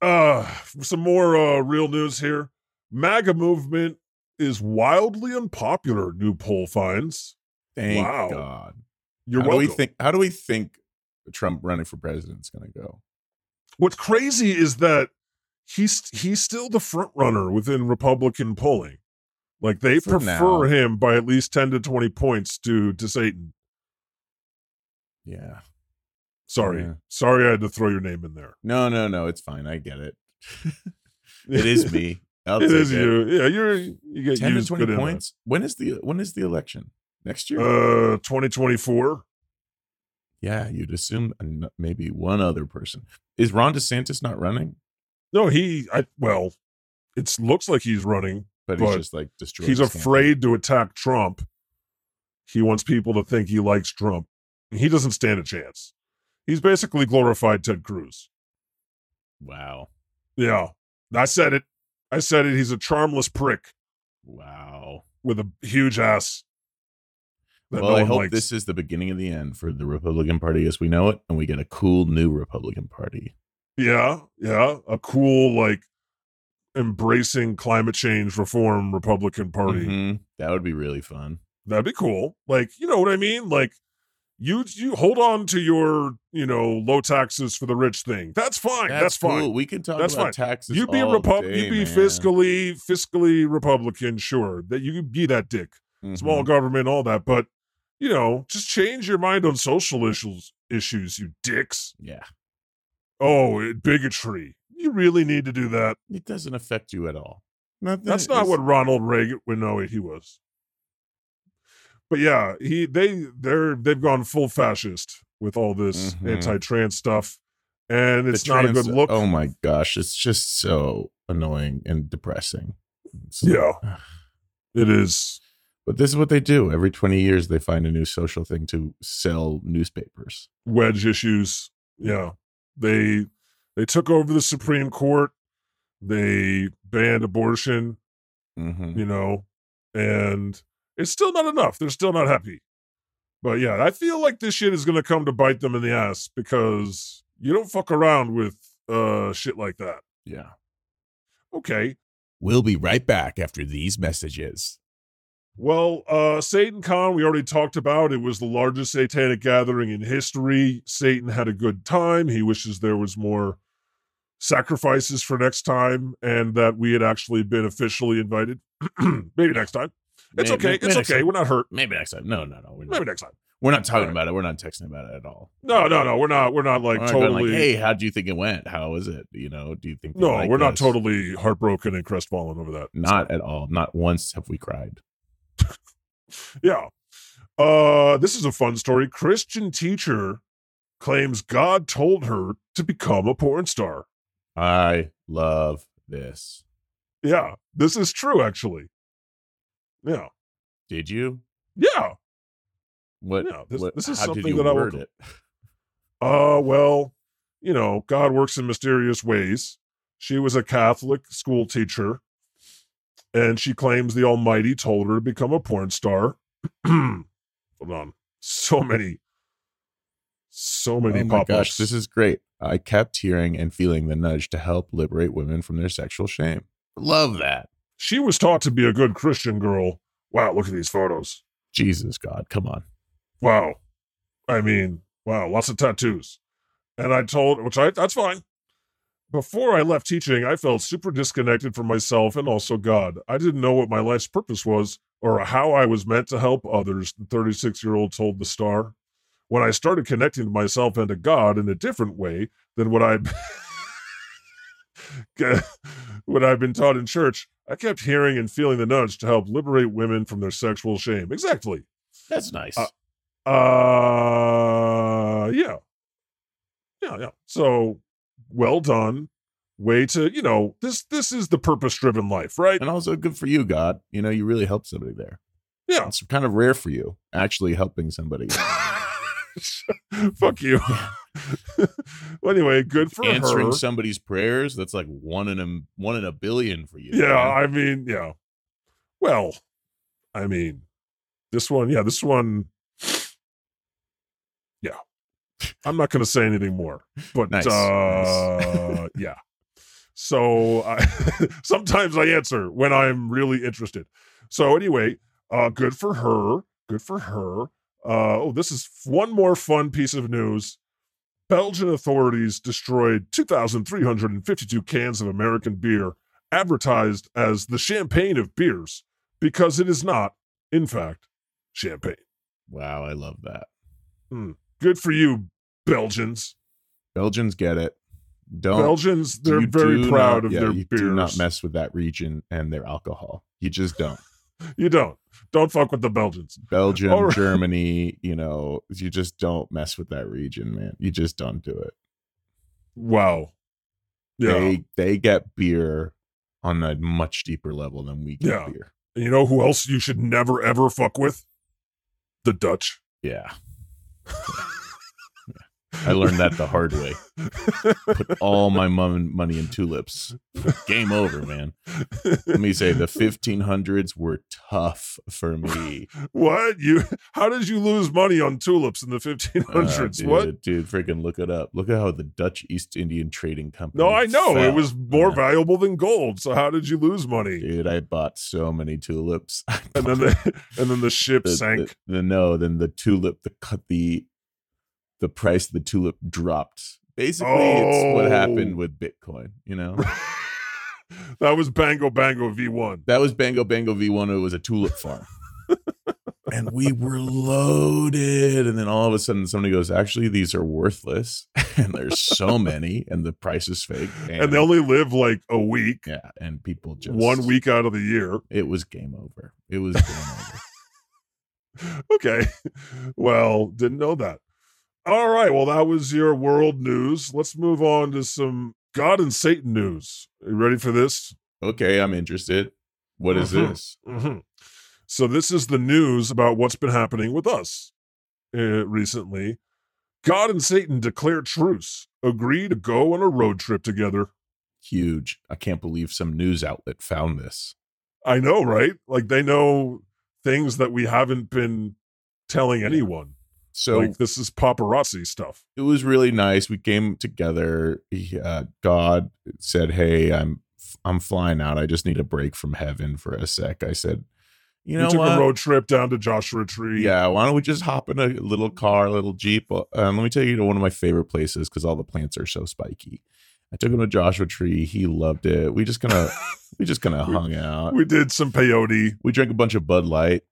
B: Uh some more uh real news here. MAGA movement is wildly unpopular, new poll finds.
C: Thank
B: Wow.
C: God.
B: You're
C: how
B: welcome.
C: do we think? How do we think Trump running for president is going to go?
B: What's crazy is that he's he's still the front runner within Republican polling. Like they
C: For now.
B: prefer him by at least 10 to 20 points to to Satan.
C: Yeah.
B: Sorry.
C: Yeah.
B: Sorry I had to throw your name in there.
C: No, no, no. It's fine. I get it. it is me. I'll
B: it
C: take
B: is you. Yeah, you're you get
C: Ten to
B: used good
C: twenty
B: in that.
C: points. When is the when is the election next year?
B: Uh, 2024.
C: yeah, you'd assume an- maybe one other person. Is Ron DeSantis not running?
B: No, he. I well, it looks like he's running.
C: But,
B: But
C: he's just like destroyed.
B: he's
C: his campaign.
B: afraid to attack Trump. He wants people to think he likes Trump. He doesn't stand a chance. He's basically glorified Ted Cruz.
C: Wow.
B: Yeah, I said it. I said it. He's a charmless prick
C: Wow.
B: with a huge ass. that
C: well,
B: no
C: I
B: one
C: hope
B: likes.
C: this is the beginning of the end for the Republican Party as we know it, and we get a cool new Republican Party.
B: Yeah, yeah, a cool like embracing climate change reform Republican Party.
C: Mhm. That would be really fun.
B: that'd be cool like you know what i mean like you you hold on to your you know low taxes for the rich thing that's fine that's,
C: cool.
B: fine
C: We can talk
B: That's
C: about
B: fine.
C: taxes.
B: you'd be
C: all
B: Repub-
C: day,
B: you'd be
C: man.
B: fiscally fiscally republican sure that you could be that dick small
C: Mhm.
B: government all that but you know just change your mind on social issues issues you dicks
C: Yeah.
B: oh it, bigotry you really need to do that
C: It doesn't affect you at all. Nothing
B: That's not
C: is-
B: what Ronald Reagan. Well, no, he was. But yeah, he they they're they've gone full fascist with all this
C: Mhm.
B: anti-trans stuff, and
C: the
B: it's not a
C: trans-
B: good look.
C: Oh my gosh, it's just so annoying and depressing. It's-
B: Yeah. It is.
C: But this is what they do. Every 20 years they find a new social thing to sell newspapers.
B: wedge issues. Yeah. They they took over the Supreme Court. They banned abortion,
C: Mhm.
B: you know, and it's still not enough. They're still not happy. But yeah, I feel like this shit is gonna come to bite them in the ass because you don't fuck around with uh shit like that.
C: Yeah.
B: Okay.
C: We'll be right back after these messages.
B: Well, uh Satan Con, we already talked about. It was the largest satanic gathering in history. Satan had a good time. He wishes there was more sacrifices for next time and that we had actually been officially invited. Maybe next time. It's
C: May-
B: okay.
C: may-
B: It's
C: next
B: okay.
C: time.
B: We're not hurt.
C: Maybe next time. No, no, no. We're
B: Maybe
C: not,
B: next time.
C: we're not
B: All
C: talking
B: right.
C: about it. We're not texting about it at all.
B: No, no, no. We're not. We're not like
C: We're not going
B: totally.
C: hey, how do you think it went? How was it? You know, do you think? they
B: no,
C: like
B: we're not
C: us?
B: totally heartbroken and crestfallen over that.
C: Not at all. Not once have we cried.
B: Yeah. Uh, this is a fun story. Christian teacher claims God told her to become a porn star.
C: I love this.
B: Yeah, this is true, actually. Yeah.
C: Did you?
B: Yeah.
C: What?
B: No, this-
C: what-
B: this is
C: how did
B: something
C: you
B: that I will
C: word
B: go-
C: it?
B: Uh, well, you know, God works in mysterious ways. She was a Catholic school teacher, and she claims the Almighty told her to become a porn star. Hold on. So many, so many
C: oh my
B: pop
C: gosh, this is great. I kept hearing and feeling the nudge to help liberate women from their sexual shame. Love that.
B: She was taught to be a good Christian girl. Wow, look at these photos.
C: Jesus, God, come on.
B: Wow. I mean, wow, lots of tattoos. And I told, which I, that's fine. Before I left teaching, I felt super disconnected from myself and also God. I didn't know what my life's purpose was or how I was meant to help others, the 36 year old told the star. When I started connecting to myself and to God in a different way than what I'd. what I've been taught in church, I kept hearing and feeling the nudge to help liberate women from their sexual shame. Exactly.
C: That's nice.
B: Uh, Uh, yeah, yeah, yeah. So, well done. Way to you know this. This is the purpose-driven life, right?
C: and also good for you, God. You know, you really helped somebody there.
B: Yeah.
C: It's kind of rare for you actually helping somebody.
B: Fuck you. well, anyway, good for
C: Answering
B: her.
C: somebody's prayers, that's like one in a one in a billion for you.
B: yeah,
C: man.
B: I mean, yeah. Well, I mean, this one, yeah, this one, yeah. I'm not going to say anything more, but
C: Nice,
B: uh,
C: nice.
B: yeah. So I, sometimes I answer when I'm really interested. So anyway, uh, good for her. Good for her. Uh, oh, this is f- one more fun piece of news. Belgian authorities destroyed 2,352 cans of American beer advertised as the champagne of beers because it is not, in fact, champagne.
C: Wow, I love that.
B: Good for you, Belgians.
C: Belgians get it. Don't
B: Belgians, they're
C: you
B: very
C: do
B: proud
C: not-
B: of
C: yeah,
B: their
C: you
B: beers.
C: Do not mess with that region and their alcohol. You just don't.
B: You don't. Don't fuck with the Belgians.
C: Belgium,
B: All right.
C: Germany, you know, you just don't mess with that region, man. You just don't do it.
B: Wow. Yeah.
C: They they get beer on a much deeper level than we get
B: Yeah.
C: beer.
B: And you know who else you should never, ever fuck with? The Dutch.
C: Yeah. I learned that the hard way. Put all my mon- money in tulips. Game over, man. Let me say the 1500s were tough for me.
B: What you? How did you lose money on tulips in the 1500s?
C: Uh,
B: what?
C: dude, Dude, freaking look it up. Look at how the Dutch East Indian Trading Company.
B: No, I know it
C: fell.
B: was more
C: Yeah.
B: valuable than gold. So how did you lose money?
C: Dude, I bought so many tulips. I
B: And then
C: bought-
B: the and then the ship
C: the-
B: sank.
C: The, the- no, then the tulip, the cut, the the price of the tulip dropped. Basically, it's what happened
B: Oh.
C: with Bitcoin. You know,
B: that was Bango Bango V1.
C: that was Bango Bango V1. It was a tulip farm, and we were loaded. And then all of a sudden, somebody goes, "Actually, these are worthless, and there's so many, and the price is fake."
B: And, they only live like a week,
C: yeah, and people just
B: one week out of the year.
C: It was game over. It was game over.
B: Okay. Well, didn't know that. All right. Well, that was your world news. Let's move on to some God and Satan news. You ready for this?
C: Okay, I'm interested. What is
B: Mhm.
C: this?
B: hmm So this is the news about what's been happening with us uh, recently. God and Satan declare truce, agree to go on a road trip together.
C: Huge. I can't believe some news outlet found this.
B: I know, right? Like they know things that we haven't been telling anyone.
C: So
B: like this is paparazzi stuff.
C: it was really nice. We came together. He, uh, God said, "Hey, I'm I'm flying out. I just need a break from heaven for a sec." I said, "You know
B: we took
C: what?
B: a road trip down to Joshua Tree.
C: yeah, why don't we just hop in a little car, a little jeep? Uh, Um, let me take you to one of my favorite places because all the plants are so spiky." I took him to Joshua Tree. He loved it. We just gonna we just gonna
B: We-
C: hung out.
B: we did some peyote.
C: we drank a bunch of Bud Light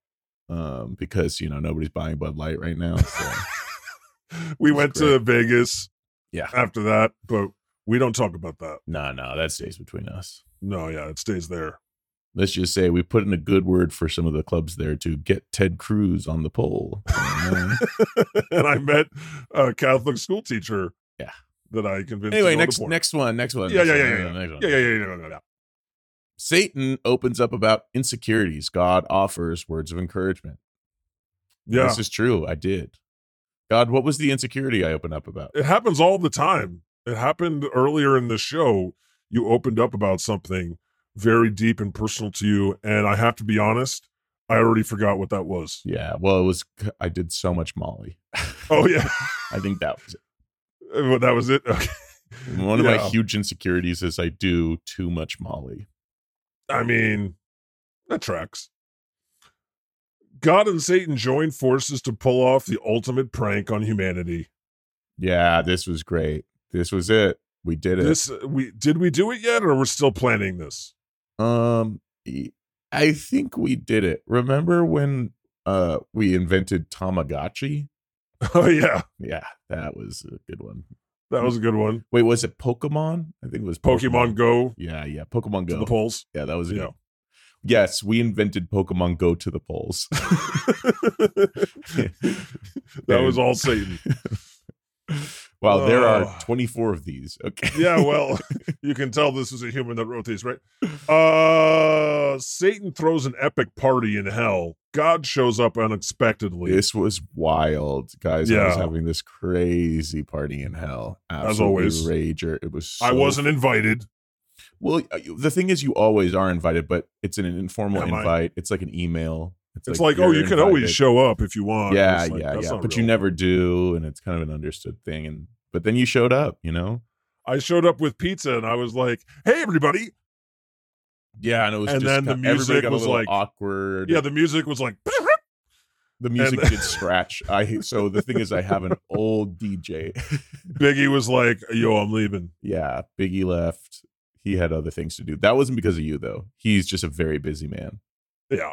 C: um, because you know nobody's buying Bud Light right now. So.
B: We
C: That's
B: went to Vegas
C: yeah,
B: after that, but we don't talk about that.
C: no, no, that stays between us.
B: No, yeah, it stays there.
C: let's just say we put in a good word for some of the clubs there to get Ted Cruz on the poll. you know?
B: and I met a Catholic school teacher.
C: Yeah.
B: That I convinced. to go
C: anyway,
B: to
C: next
B: porn.
C: next one, next one.
B: Yeah,
C: next
B: yeah,
C: one,
B: yeah,
C: next one, next one.
B: Yeah, yeah, yeah, yeah, yeah, yeah.
C: Satan opens up about insecurities. God offers words of encouragement.
B: Yeah.
C: This is true. I did. God, what was the insecurity I opened up about?
B: it happens all the time. It happened earlier in the show. You opened up about something very deep and personal to you, and I have to be honest, I already forgot what that was.
C: Yeah, well, it was I did so much Molly.
B: Oh yeah,
C: I think that was it.
B: Well, that was it. Okay.
C: One of my
B: Yeah.
C: huge insecurities is I do too much Molly.
B: I mean, that tracks. God and Satan join forces to pull off the ultimate prank on humanity.
C: Yeah, this was great. This was it. We did it.
B: This uh, we did we do it yet, or we're still planning this?
C: Um, y- I think we did it. Remember when uh we invented Tamagotchi?
B: Oh yeah,
C: Yeah, that was a good one.
B: that was a good one.
C: Wait, was it Pokemon? I think it was
B: Pokemon Go
C: Yeah, yeah, Pokemon
B: to
C: Go.
B: the polls.
C: yeah, that was a
B: Yeah.
C: good. one. Yes, we invented Pokemon Go to the polls.
B: that was all Satan.
C: wow, there are
B: Oh.
C: 24 of these. Okay.
B: Yeah, well, you can tell this is a human that wrote these, right? Uh Satan throws an epic party in hell. God shows up unexpectedly.
C: This was wild, guys. I was
B: Yeah.
C: having this crazy party in hell. Absolute
B: always.
C: rager. It was. So
B: I wasn't invited.
C: Well, uh, you- the thing is, you always are invited, but it's an informal
B: Am I?
C: invite. It's like an email.
B: It's like, oh,
C: you're
B: you can always
C: invited.
B: show up if you want.
C: Yeah,
B: It's like,
C: yeah,
B: that's
C: yeah.
B: not
C: But
B: real.
C: you never do, and it's kind of an understood thing. And but then you showed up, you know.
B: I showed up with pizza and I was like, hey everybody.
C: Yeah, and it was.
B: And
C: just
B: then
C: kind-
B: the
C: everybody
B: music
C: got a
B: was
C: little
B: like-
C: awkward.
B: Yeah, the music was like
C: the music
B: and-
C: did scratch. I so the thing is, I have an old DJ.
B: Biggie was like, yo, I'm leaving.
C: yeah, Biggie left. He had other things to do. That wasn't because of you, though. He's just a very busy man.
B: Yeah.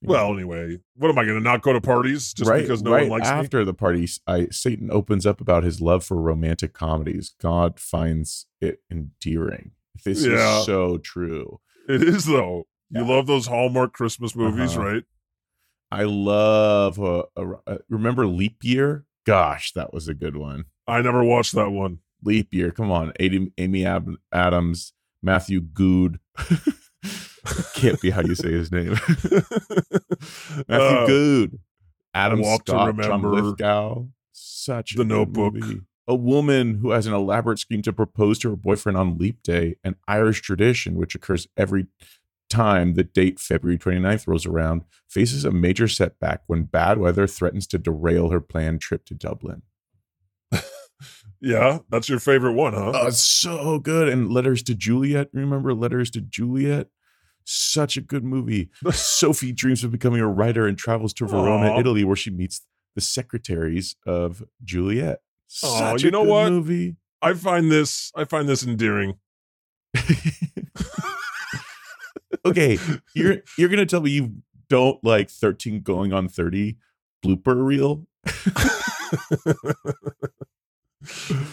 B: Well, anyway, what am I gonna not go to parties just because no one likes me?
C: after the party I, satan opens up about his love for romantic comedies god finds it endearing this
B: Yeah.
C: is so true
B: It is though. You
C: Yeah.
B: love those Hallmark Christmas movies,
C: Uh-huh.
B: right?
C: i love uh, uh, uh, remember leap year gosh that was a good one
B: I never watched that one.
C: leap year come on amy, amy Ab- adams matthew good can't be how you say his name matthew
B: Uh,
C: good adam
B: Walk to
C: scott john
B: Remember.
C: lithgow such a
B: The
C: good
B: Notebook.
C: movie. a woman who has an elaborate scheme to propose to her boyfriend on leap day an irish tradition which occurs every time the date february 29th rolls around faces a major setback when bad weather threatens to derail her planned trip to dublin
B: Yeah, that's your favorite one, huh?
C: Oh, it's so good. And Letters to Juliet. Remember Letters to Juliet? Such a good movie. Sophie dreams of becoming a writer and travels to Verona,
B: Aw.
C: Italy, where she meets the secretaries of Juliet.
B: Aw,
C: Such
B: you
C: a
B: know
C: good
B: what?
C: movie.
B: I find this I find this endearing.
C: okay, you're you're gonna tell me you don't like 13 going on 30 blooper reel?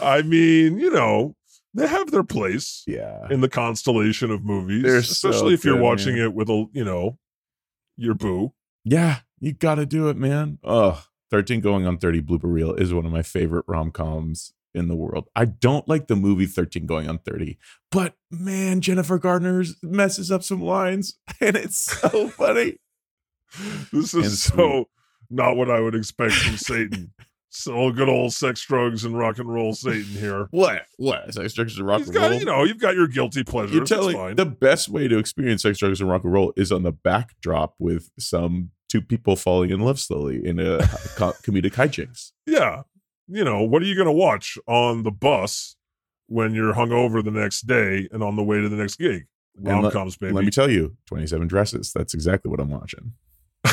B: I mean, you know, they have their place
C: Yeah.
B: in the constellation of movies,
C: They're so
B: especially if you're
C: good,
B: watching
C: man.
B: it with a, you know, your boo.
C: Yeah, you gotta do it, man. Ugh. 13 going on 30 blooper reel is one of my favorite rom-coms in the world. I don't like the movie 13 going on 30, but man, Jennifer Gardner messes up some lines and it's so funny.
B: This
C: And
B: is so not what I would expect from Satan. So good old sex, drugs, and rock and roll Satan here.
C: What? What? Sex, drugs, and rock
B: He's
C: and
B: got,
C: roll?
B: you know, you've got your guilty pleasures.
C: You're
B: it's
C: telling
B: fine.
C: the best way to experience sex, drugs, and rock and roll is on the backdrop with some two people falling in love slowly in a uh, co- comedic hijinks.
B: yeah you know what are you going to watch on the bus when you're hungover the next day and on the way to the next gig
C: let-
B: rom-coms baby
C: Let me tell you, 27 dresses. That's exactly what I'm watching.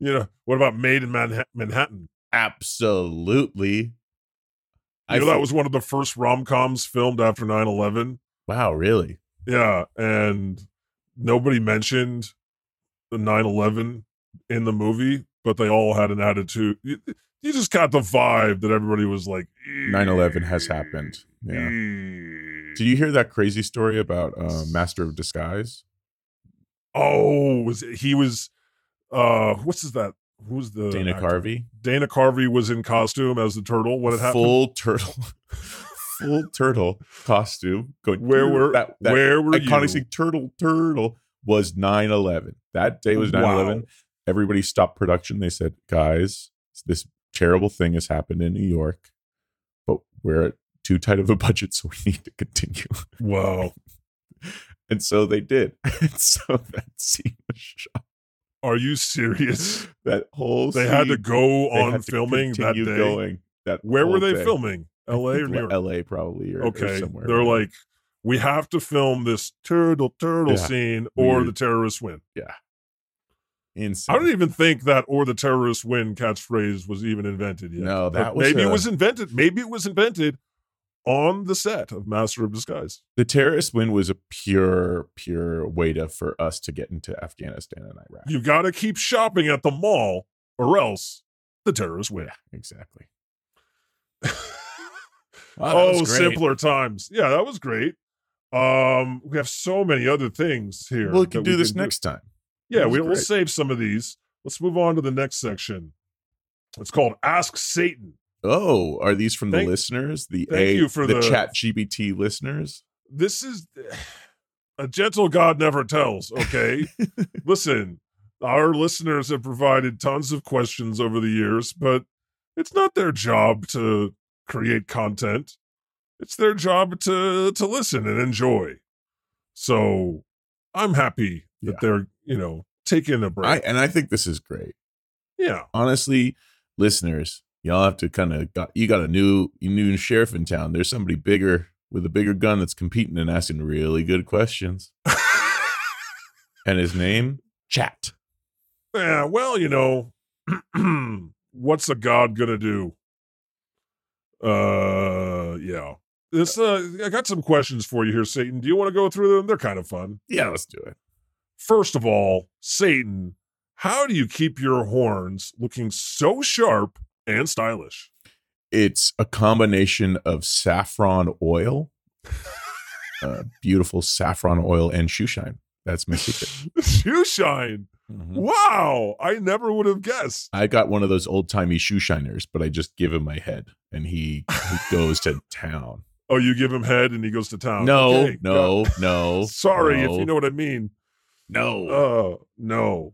B: you know what about made in Manha- manhattan
C: Absolutely.
B: you know
C: fe-
B: that was one of the first rom-coms filmed after 9-11
C: wow, really?
B: yeah and nobody mentioned the 9-11 in the movie but they all had an attitude you, you just got the vibe that everybody was like
C: 9/11 has happened. Yeah.
B: "Eh."
C: Did you hear that crazy story about uh, Master of Disguise?
B: oh, was it- he was uh what's is that? Who's the
C: Dana
B: actor?
C: Carvey,
B: Dana Carvey was in costume as the turtle when it happened.
C: full turtle, full turtle costume. Going
B: Where were
C: that, that
B: where were you?
C: iconic thing, turtle turtle was 9-11 that day was 9-11
B: Wow.
C: everybody stopped production they said guys this terrible thing has happened in new york but we're at too tight of a budget so we need to continue
B: Wow.
C: and so they did and so that scene was shot
B: Are you serious?
C: that whole
B: They had to
C: scene,
B: go
C: they
B: on
C: had to
B: filming that day.
C: continue going that
B: Where were
C: whole
B: they
C: day.
B: filming? LA or New York?
C: la probably or, or
B: okay.
C: somewhere
B: They're like, we have to film this turtle turtle
C: Yeah.
B: scene or
C: Weird.
B: the terrorists win.
C: insane
B: I don't even think that or the terrorists win catchphrase was even invented yet.
C: No, that
B: But
C: was
B: maybe
C: a-
B: it was invented. Maybe it was invented on the set of Master of Disguise.
C: the terrorist win was a pure, pure way to for us to get into Afghanistan and Iraq.
B: You got to keep shopping at the mall or else the terrorists win.
C: exactly.
B: oh, simpler times. Yeah, that was great. Um, we have so many other things here.
C: Well, we
B: that
C: can do this
B: do.
C: next time.
B: Yeah,
C: That was
B: we, we'll
C: great.
B: save some of these. Let's move on to the next section. It's called Ask Satan.
C: Oh, are these from
B: Thank-
C: the listeners? The
B: thank
C: a
B: you for
C: the,
B: the-
C: Chat GBT listeners.
B: This is a gentle God never tells, okay? Listen, our listeners have provided tons of questions over the years, but it's not their job to create content. It's their job to to listen and enjoy. So I'm happy
C: Yeah.
B: that they're, you know, taking a break.
C: I and I think this is great.
B: yeah.
C: Honestly, listeners, y'all have to kind of got you got a new new sheriff in town. There's somebody bigger with a bigger gun that's competing and asking really good questions. And his name Chat.
B: Yeah, well, you know, what's a god gonna do? Uh, yeah. This uh, I got some questions for you here, Satan. Do you want to go through them? They're kind of fun.
C: Yeah, let's do it.
B: First of all, Satan, how do you keep your horns looking so sharp and stylish?
C: it's a combination of saffron oil, uh, beautiful saffron oil, and shoe shine. That's my secret.
B: shoe shine.
C: Hmm.
B: Wow, I never would have guessed.
C: I got one of those old timey shoe shiners, but I just give him my head, and he, he goes to town.
B: Oh, you give him head and he goes to town.
C: no,
B: Oh, Okay, got-
C: no, no.
B: Sorry
C: no,
B: if you know what I mean.
C: No,
B: Oh, no.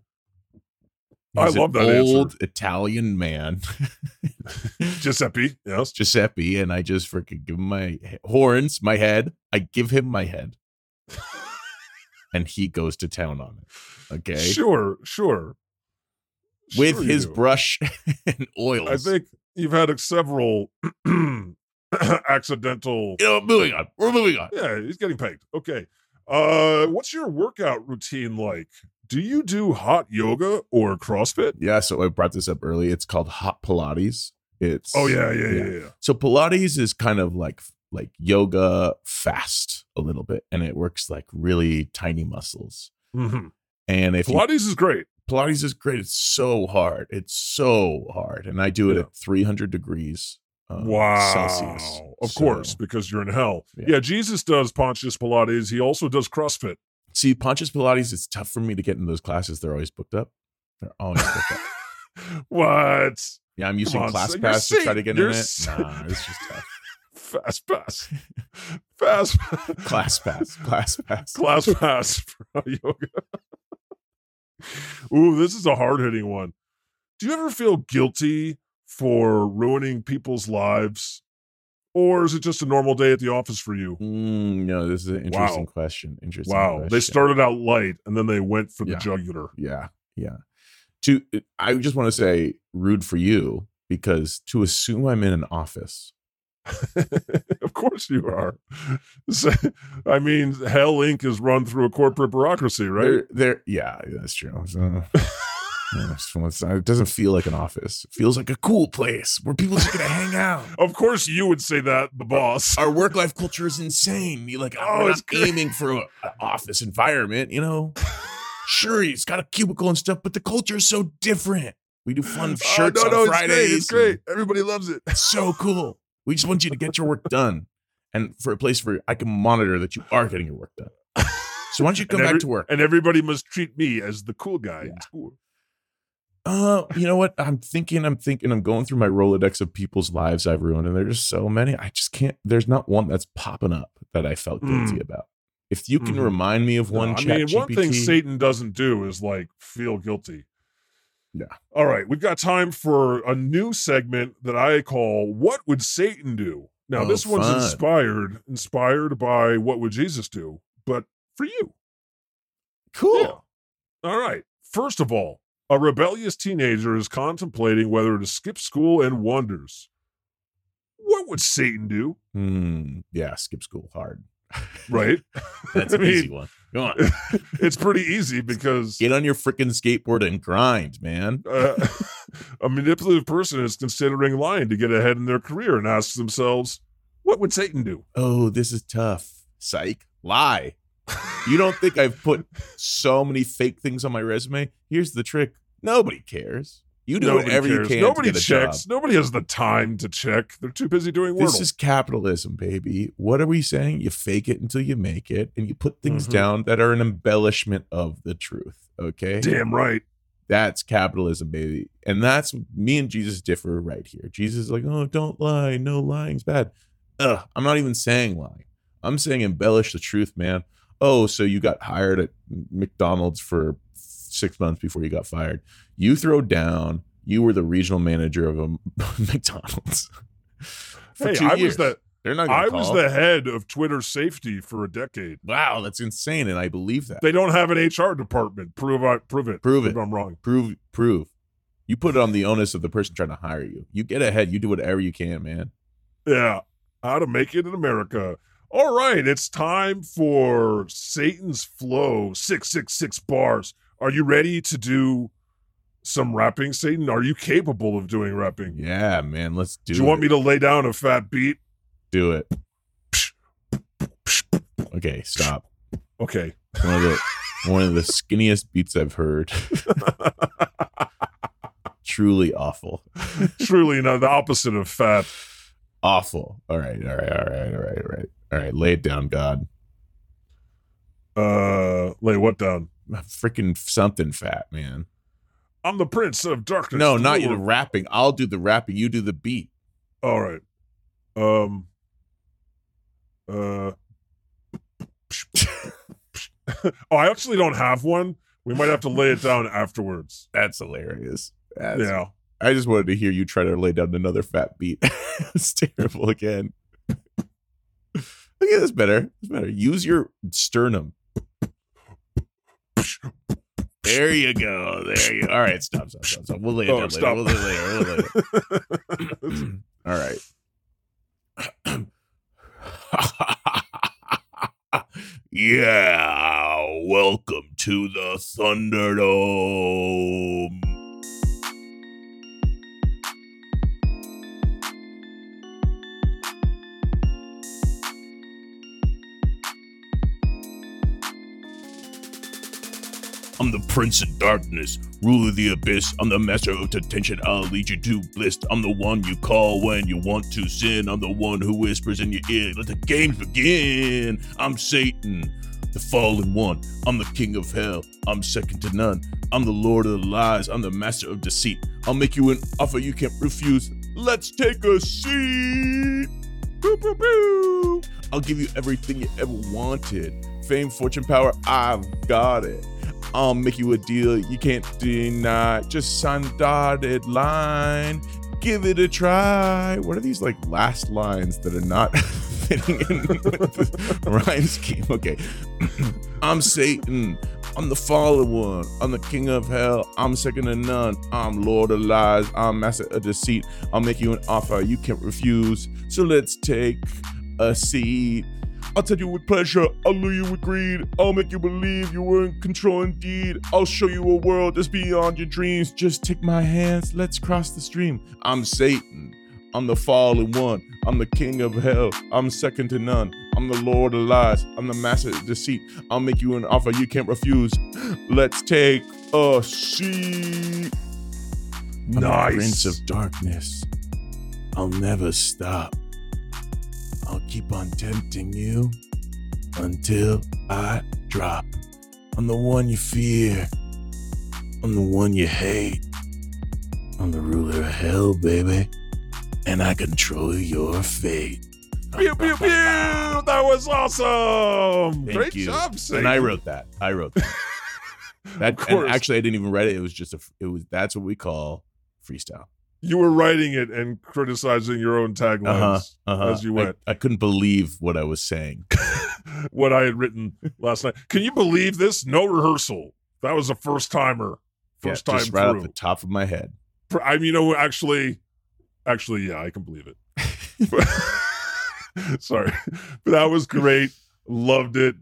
B: I
C: He's an
B: love that answer.
C: old Italian man,
B: Giuseppe, yes.
C: Giuseppe, and I just freaking give him my he- horns, my head. I give him my head, and he goes to town on it. Okay,
B: Sure, sure.
C: with
B: Sure you
C: his
B: do.
C: brush and oils.
B: I think you've had several accidental.
C: you know, moving on. We're moving on.
B: Yeah, he's getting pegged. Okay. Uh, what's your workout routine like? Do you do hot yoga or CrossFit?
C: Yeah, so I brought this up early. It's called hot Pilates. It's
B: Oh yeah, yeah, yeah,
C: Yeah.
B: yeah.
C: So Pilates is kind of like like yoga fast a little bit, and it works like really tiny muscles.
B: hmm
C: And if you-
B: Pilates is great.
C: Pilates is great, it's so hard. It's so hard, and I do it
B: Yeah.
C: at 300 degrees. um,
B: wow.
C: Celsius.
B: Of
C: So-
B: course, because you're in hell.
C: Yeah.
B: yeah, Jesus does Pontius Pilates. He also does CrossFit.
C: See, Pontius Pilates, it's tough for me to get in those classes. They're always booked up. They're always booked up.
B: what?
C: Yeah, I'm using
B: on,
C: class
B: so you're
C: pass to try
B: sick.
C: to get
B: You're
C: in it.
B: sick.
C: Nah, it's just tough.
B: Fast pass. Fast
C: class pass, class pass.
B: Class pass for yoga. Ooh, this is a hard hitting one. Do you ever feel guilty for ruining people's lives? Or is it just a normal day at the office for you?
C: Mm, no, this is an interesting
B: Wow.
C: question. Interesting.
B: Wow. They
C: question.
B: started out light and then they went for the
C: Yeah.
B: jugular.
C: Yeah, yeah. To I just want to say rude for you because to assume I'm in an office.
B: of course you are. So, I mean, Hell Inc. is run through a corporate bureaucracy, right?
C: There, there. Yeah, that's true. So, yeah, it's- it's- uh, it doesn't feel like an office. It feels like a cool place where people just gonna hang out.
B: Of course you would say that, the boss.
C: Our work life culture is insane. You like,
B: Oh,
C: we're
B: it's
C: not
B: great.
C: aiming for an office environment, you know. Sure, it's got a cubicle and stuff, but the culture is so different. We do fun
B: Oh,
C: shirts on Fridays.
B: It's great. It's great. Everybody loves it.
C: It's so cool. We just want you to get your work done. and for a place where I can monitor that you are getting your work done. So why don't you come
B: And
C: back
B: every-
C: to work?
B: And everybody must treat me as the cool guy in school.
C: Uh, you know what? I'm thinking, I'm thinking, I'm going through my Rolodex of people's lives I've ruined, and there's just so many. I just can't. There's not one that's popping up that I felt guilty
B: Mm.
C: about. If you can
B: Mhm.
C: remind me of one,
B: No, I
C: chat
B: mean, one thing
C: GPT
B: Satan doesn't do is like feel guilty.
C: Yeah.
B: All right, we've got time for a new segment that I call "What Would Satan Do." Now,
C: Oh,
B: this one's
C: fun.
B: inspired, inspired by "What Would Jesus Do," but for you.
C: cool.
B: All right. First of all, a rebellious teenager is contemplating whether to skip school and wonders, "What would Satan do?"
C: Hmm. Yeah, skip school hard.
B: Right?
C: That's
B: I
C: an easy
B: mean-
C: one. Go on.
B: it's pretty easy because
C: Get on your freaking skateboard and grind, man.
B: uh, a manipulative person is considering lying to get ahead in their career and asks themselves, what would Satan do?
C: Oh, this is tough. Psych. Lie. You don't think I've put so many fake things on my resume? Here's the trick. Nobody cares. You do whatever
B: cares.
C: you can.
B: Nobody
C: to get a job.
B: checks. Nobody has the time to check. They're too busy doing Wordle.
C: This is capitalism, baby. What are we saying? You fake it until you make it, and you put things
B: Mhm.
C: down that are an embellishment of the truth. Okay.
B: Damn right.
C: That's capitalism, baby. And that's me and Jesus differ right here. Jesus is like, oh, don't lie. No lying's bad. Ugh, I'm not even saying lie. I'm saying embellish the truth, man. Oh, so you got hired at McDonald's for six months before you got fired. You throw down. You were the regional manager of a McDonald's. For
B: Hey,
C: two
B: I was
C: years.
B: the
C: They're not. Gonna
B: I was
C: call.
B: the head of Twitter safety for a decade.
C: Wow, that's insane, and I believe that.
B: They don't have an HR department. Prove I prove it.
C: Prove it.
B: If I'm wrong.
C: prove, prove. You put it on the onus of the person trying to hire you. You get ahead. You do whatever you can, man.
B: Yeah. How to make it in America. All right, it's time for Satan's Flow 666 bars. Are you ready to do some rapping, Satan? Are you capable of doing rapping?
C: Yeah, man. Let's do.
B: do you
C: it.
B: want me to lay down a fat beat?
C: do it? Okay, stop.
B: Okay.
C: One of the one of the skinniest beats I've heard. Truly awful.
B: Truly not the opposite of fat.
C: Awful. All right. All right. All right. All right. All right. All right. Lay it down, God.
B: Uh lay what down?
C: Freaking something fat, man.
B: I'm the prince of darkness.
C: No,
B: the
C: not you. The
B: ruler-
C: rapping. I'll do the rapping. You do the beat.
B: All right. Um uh Oh, I actually don't have one. We might have to lay it down afterwards.
C: That's hilarious. That's-
B: Yeah.
C: I just wanted to hear you try to lay down another fat beat. it's terrible again. Okay, that's better. That's better. Use your sternum. There you go. There you. All right, stop, stop, stop, stop. We'll lay it
B: Oh,
C: down
B: stop.
C: later. We'll lay it later. We'll lay it later. All right. yeah. Welcome to the Thunderdome. I'm the Prince of Darkness, ruler of the abyss. I'm the master of detention. I'll lead you to bliss. I'm the one you call when you want to sin. I'm the one who whispers in your ear. Let the games begin. I'm Satan, the fallen one. I'm the king of hell. I'm second to none. I'm the lord of the lies. I'm the master of deceit. I'll make you an offer you can't refuse. Let's take a seat. Boo, boo, boo. I'll give you everything you ever wanted. Fame, fortune, power, I've got it. I'll make you a deal you can't deny. Just sign the dotted line. Give it a try. What are these like last lines that are not fitting in with the rhyme scheme? Okay. I'm Satan. I'm the fallen one. I'm the king of hell. I'm second to none. I'm lord of lies. I'm master of deceit. I'll make you an offer you can't refuse. So let's take a seat. I'll tell you with pleasure, I'll lure you with greed. I'll make you believe you were in control indeed. I'll show you a world that's beyond your dreams. Just take my hands, let's cross the stream. I'm Satan, I'm the fallen one. I'm the king of hell, I'm second to none. I'm the lord of lies, I'm the master of deceit. I'll make you an offer you can't refuse. Let's take a seat.
A: I'm the
B: Nice.
A: Prince of Darkness. I'll never stop. I'll keep on tempting you until I drop. I'm the one you fear. I'm the one you hate. I'm the ruler of hell, baby. And I control your fate.
B: Pew pew pew! That was awesome.
A: Thank
B: Great
A: you.
B: job, Satan.
A: And I wrote that. I wrote that. that
B: Of
A: and
B: course.
A: actually, I didn't even write it. It was just a. It was that's what we call freestyle.
B: you were writing it and criticizing your own taglines.
A: Uh-huh, Uh-huh.
B: As you
A: I-
B: went.
A: I, couldn't believe what I was saying. Uh-huh.
B: What I had written last night. Can you believe this? No rehearsal. That was a first timer.
A: Yeah,
B: First time
A: just right off
B: through.
A: the top of my head.
B: Pr- I mean, you know, actually, actually, yeah, I can believe it. Sorry, but that was great. Loved it.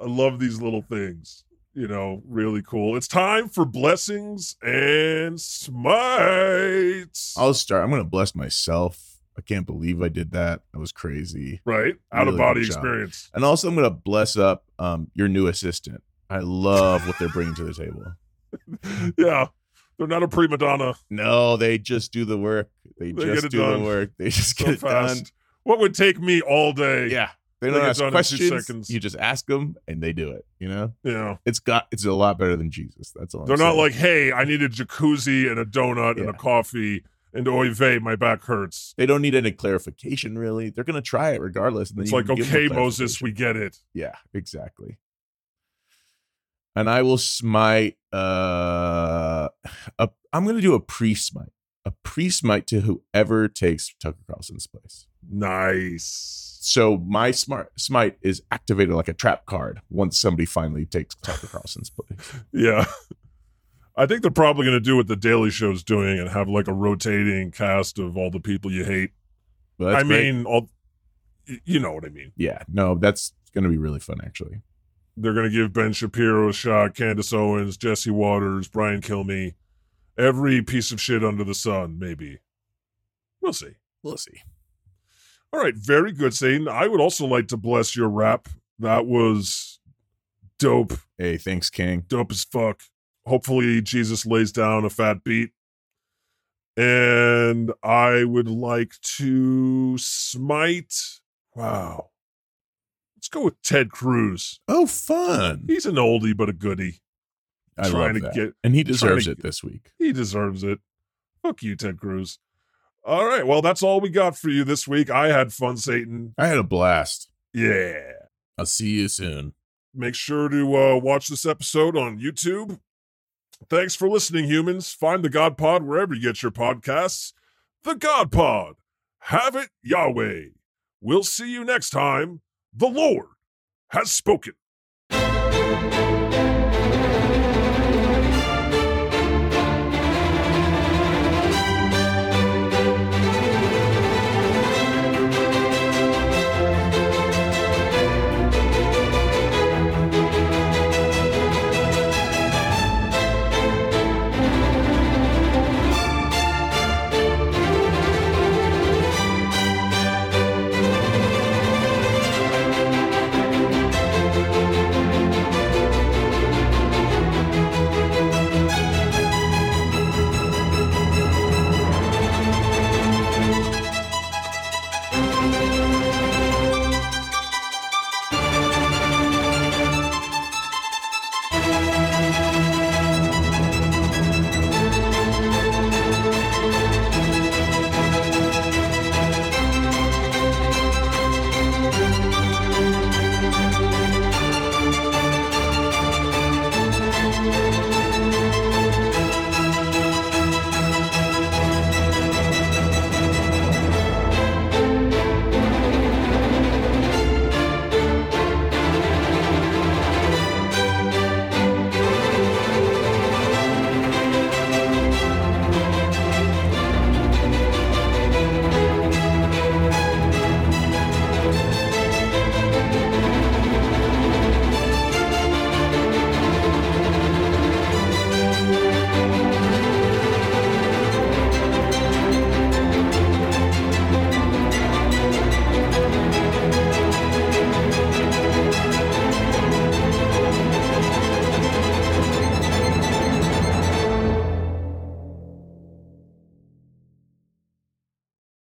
B: I love these little things. You know, really cool. It's time for blessings and smites.
C: I'll start. I'm gonna bless myself. I can't believe I did that. That was crazy.
B: right, out of
C: Really
B: body
C: good job.
B: experience.
C: And also, I'm gonna bless up um, your new assistant. I love what they're bringing to the table.
B: Yeah, they're not a prima donna.
C: No, they just do the work. They,
B: They get
C: just
B: it
C: do
B: done
C: the work. They just
B: So
C: get it
B: fast.
C: done.
B: What would take me all day?
C: Yeah, they
B: They
C: don't
B: get
C: ask
B: done in two
C: questions.
B: seconds.
C: You just ask them, and they do it. You know,
B: yeah.
C: it's got it's a lot better than Jesus. That's all. I'm
B: They're not
C: saying.
B: like, hey, I need a jacuzzi and a donut and
C: Yeah.
B: a coffee and oy vey, my back hurts.
C: they don't need any clarification really. They're gonna try it regardless. And then
B: It's
C: you
B: like,
C: can give them
B: okay, Moses,
C: clarification.
B: we get it.
C: Yeah, exactly. And I will smite uh a, I'm gonna do a pre-smite. A pre-smite to whoever takes Tucker Carlson's place.
B: Nice.
C: So my smart smite is activated like a trap card once somebody finally takes Tucker Carlson's place.
B: Yeah. I think they're probably going to do what the Daily Show's doing and have like a rotating cast of all the people you hate.
C: But that's
B: I
C: great.
B: mean, all y- you know what I mean.
C: yeah, no, that's gonna be really fun actually.
B: They're going to give Ben Shapiro a shot, Candace Owens, Jesse Waters, Brian Kilme, every piece of shit under the sun, maybe. We'll see.
C: We'll see.
B: All right, very good, Satan. I would also like to bless your rap. That was dope.
C: Hey, thanks, King.
B: dope as fuck. Hopefully, Jesus lays down a fat beat. And I would like to smite. Wow. Let's go with Ted Cruz.
C: Oh, fun.
B: He's an oldie, but a goodie.
C: I love
B: trying to
C: that.
B: get-
C: and he
B: trying to
C: deserves
B: get-
C: it this week.
B: He deserves it. Fuck you, Ted Cruz. All right. Well, that's all we got for you this week. I had fun, Satan.
C: I had a blast.
B: Yeah.
C: I'll see you soon.
B: Make sure to uh, watch this episode on YouTube. Thanks for listening, humans. Find the God Pod wherever you get your podcasts. The God Pod. Have it, Yahweh. We'll see you next time. The Lord has spoken.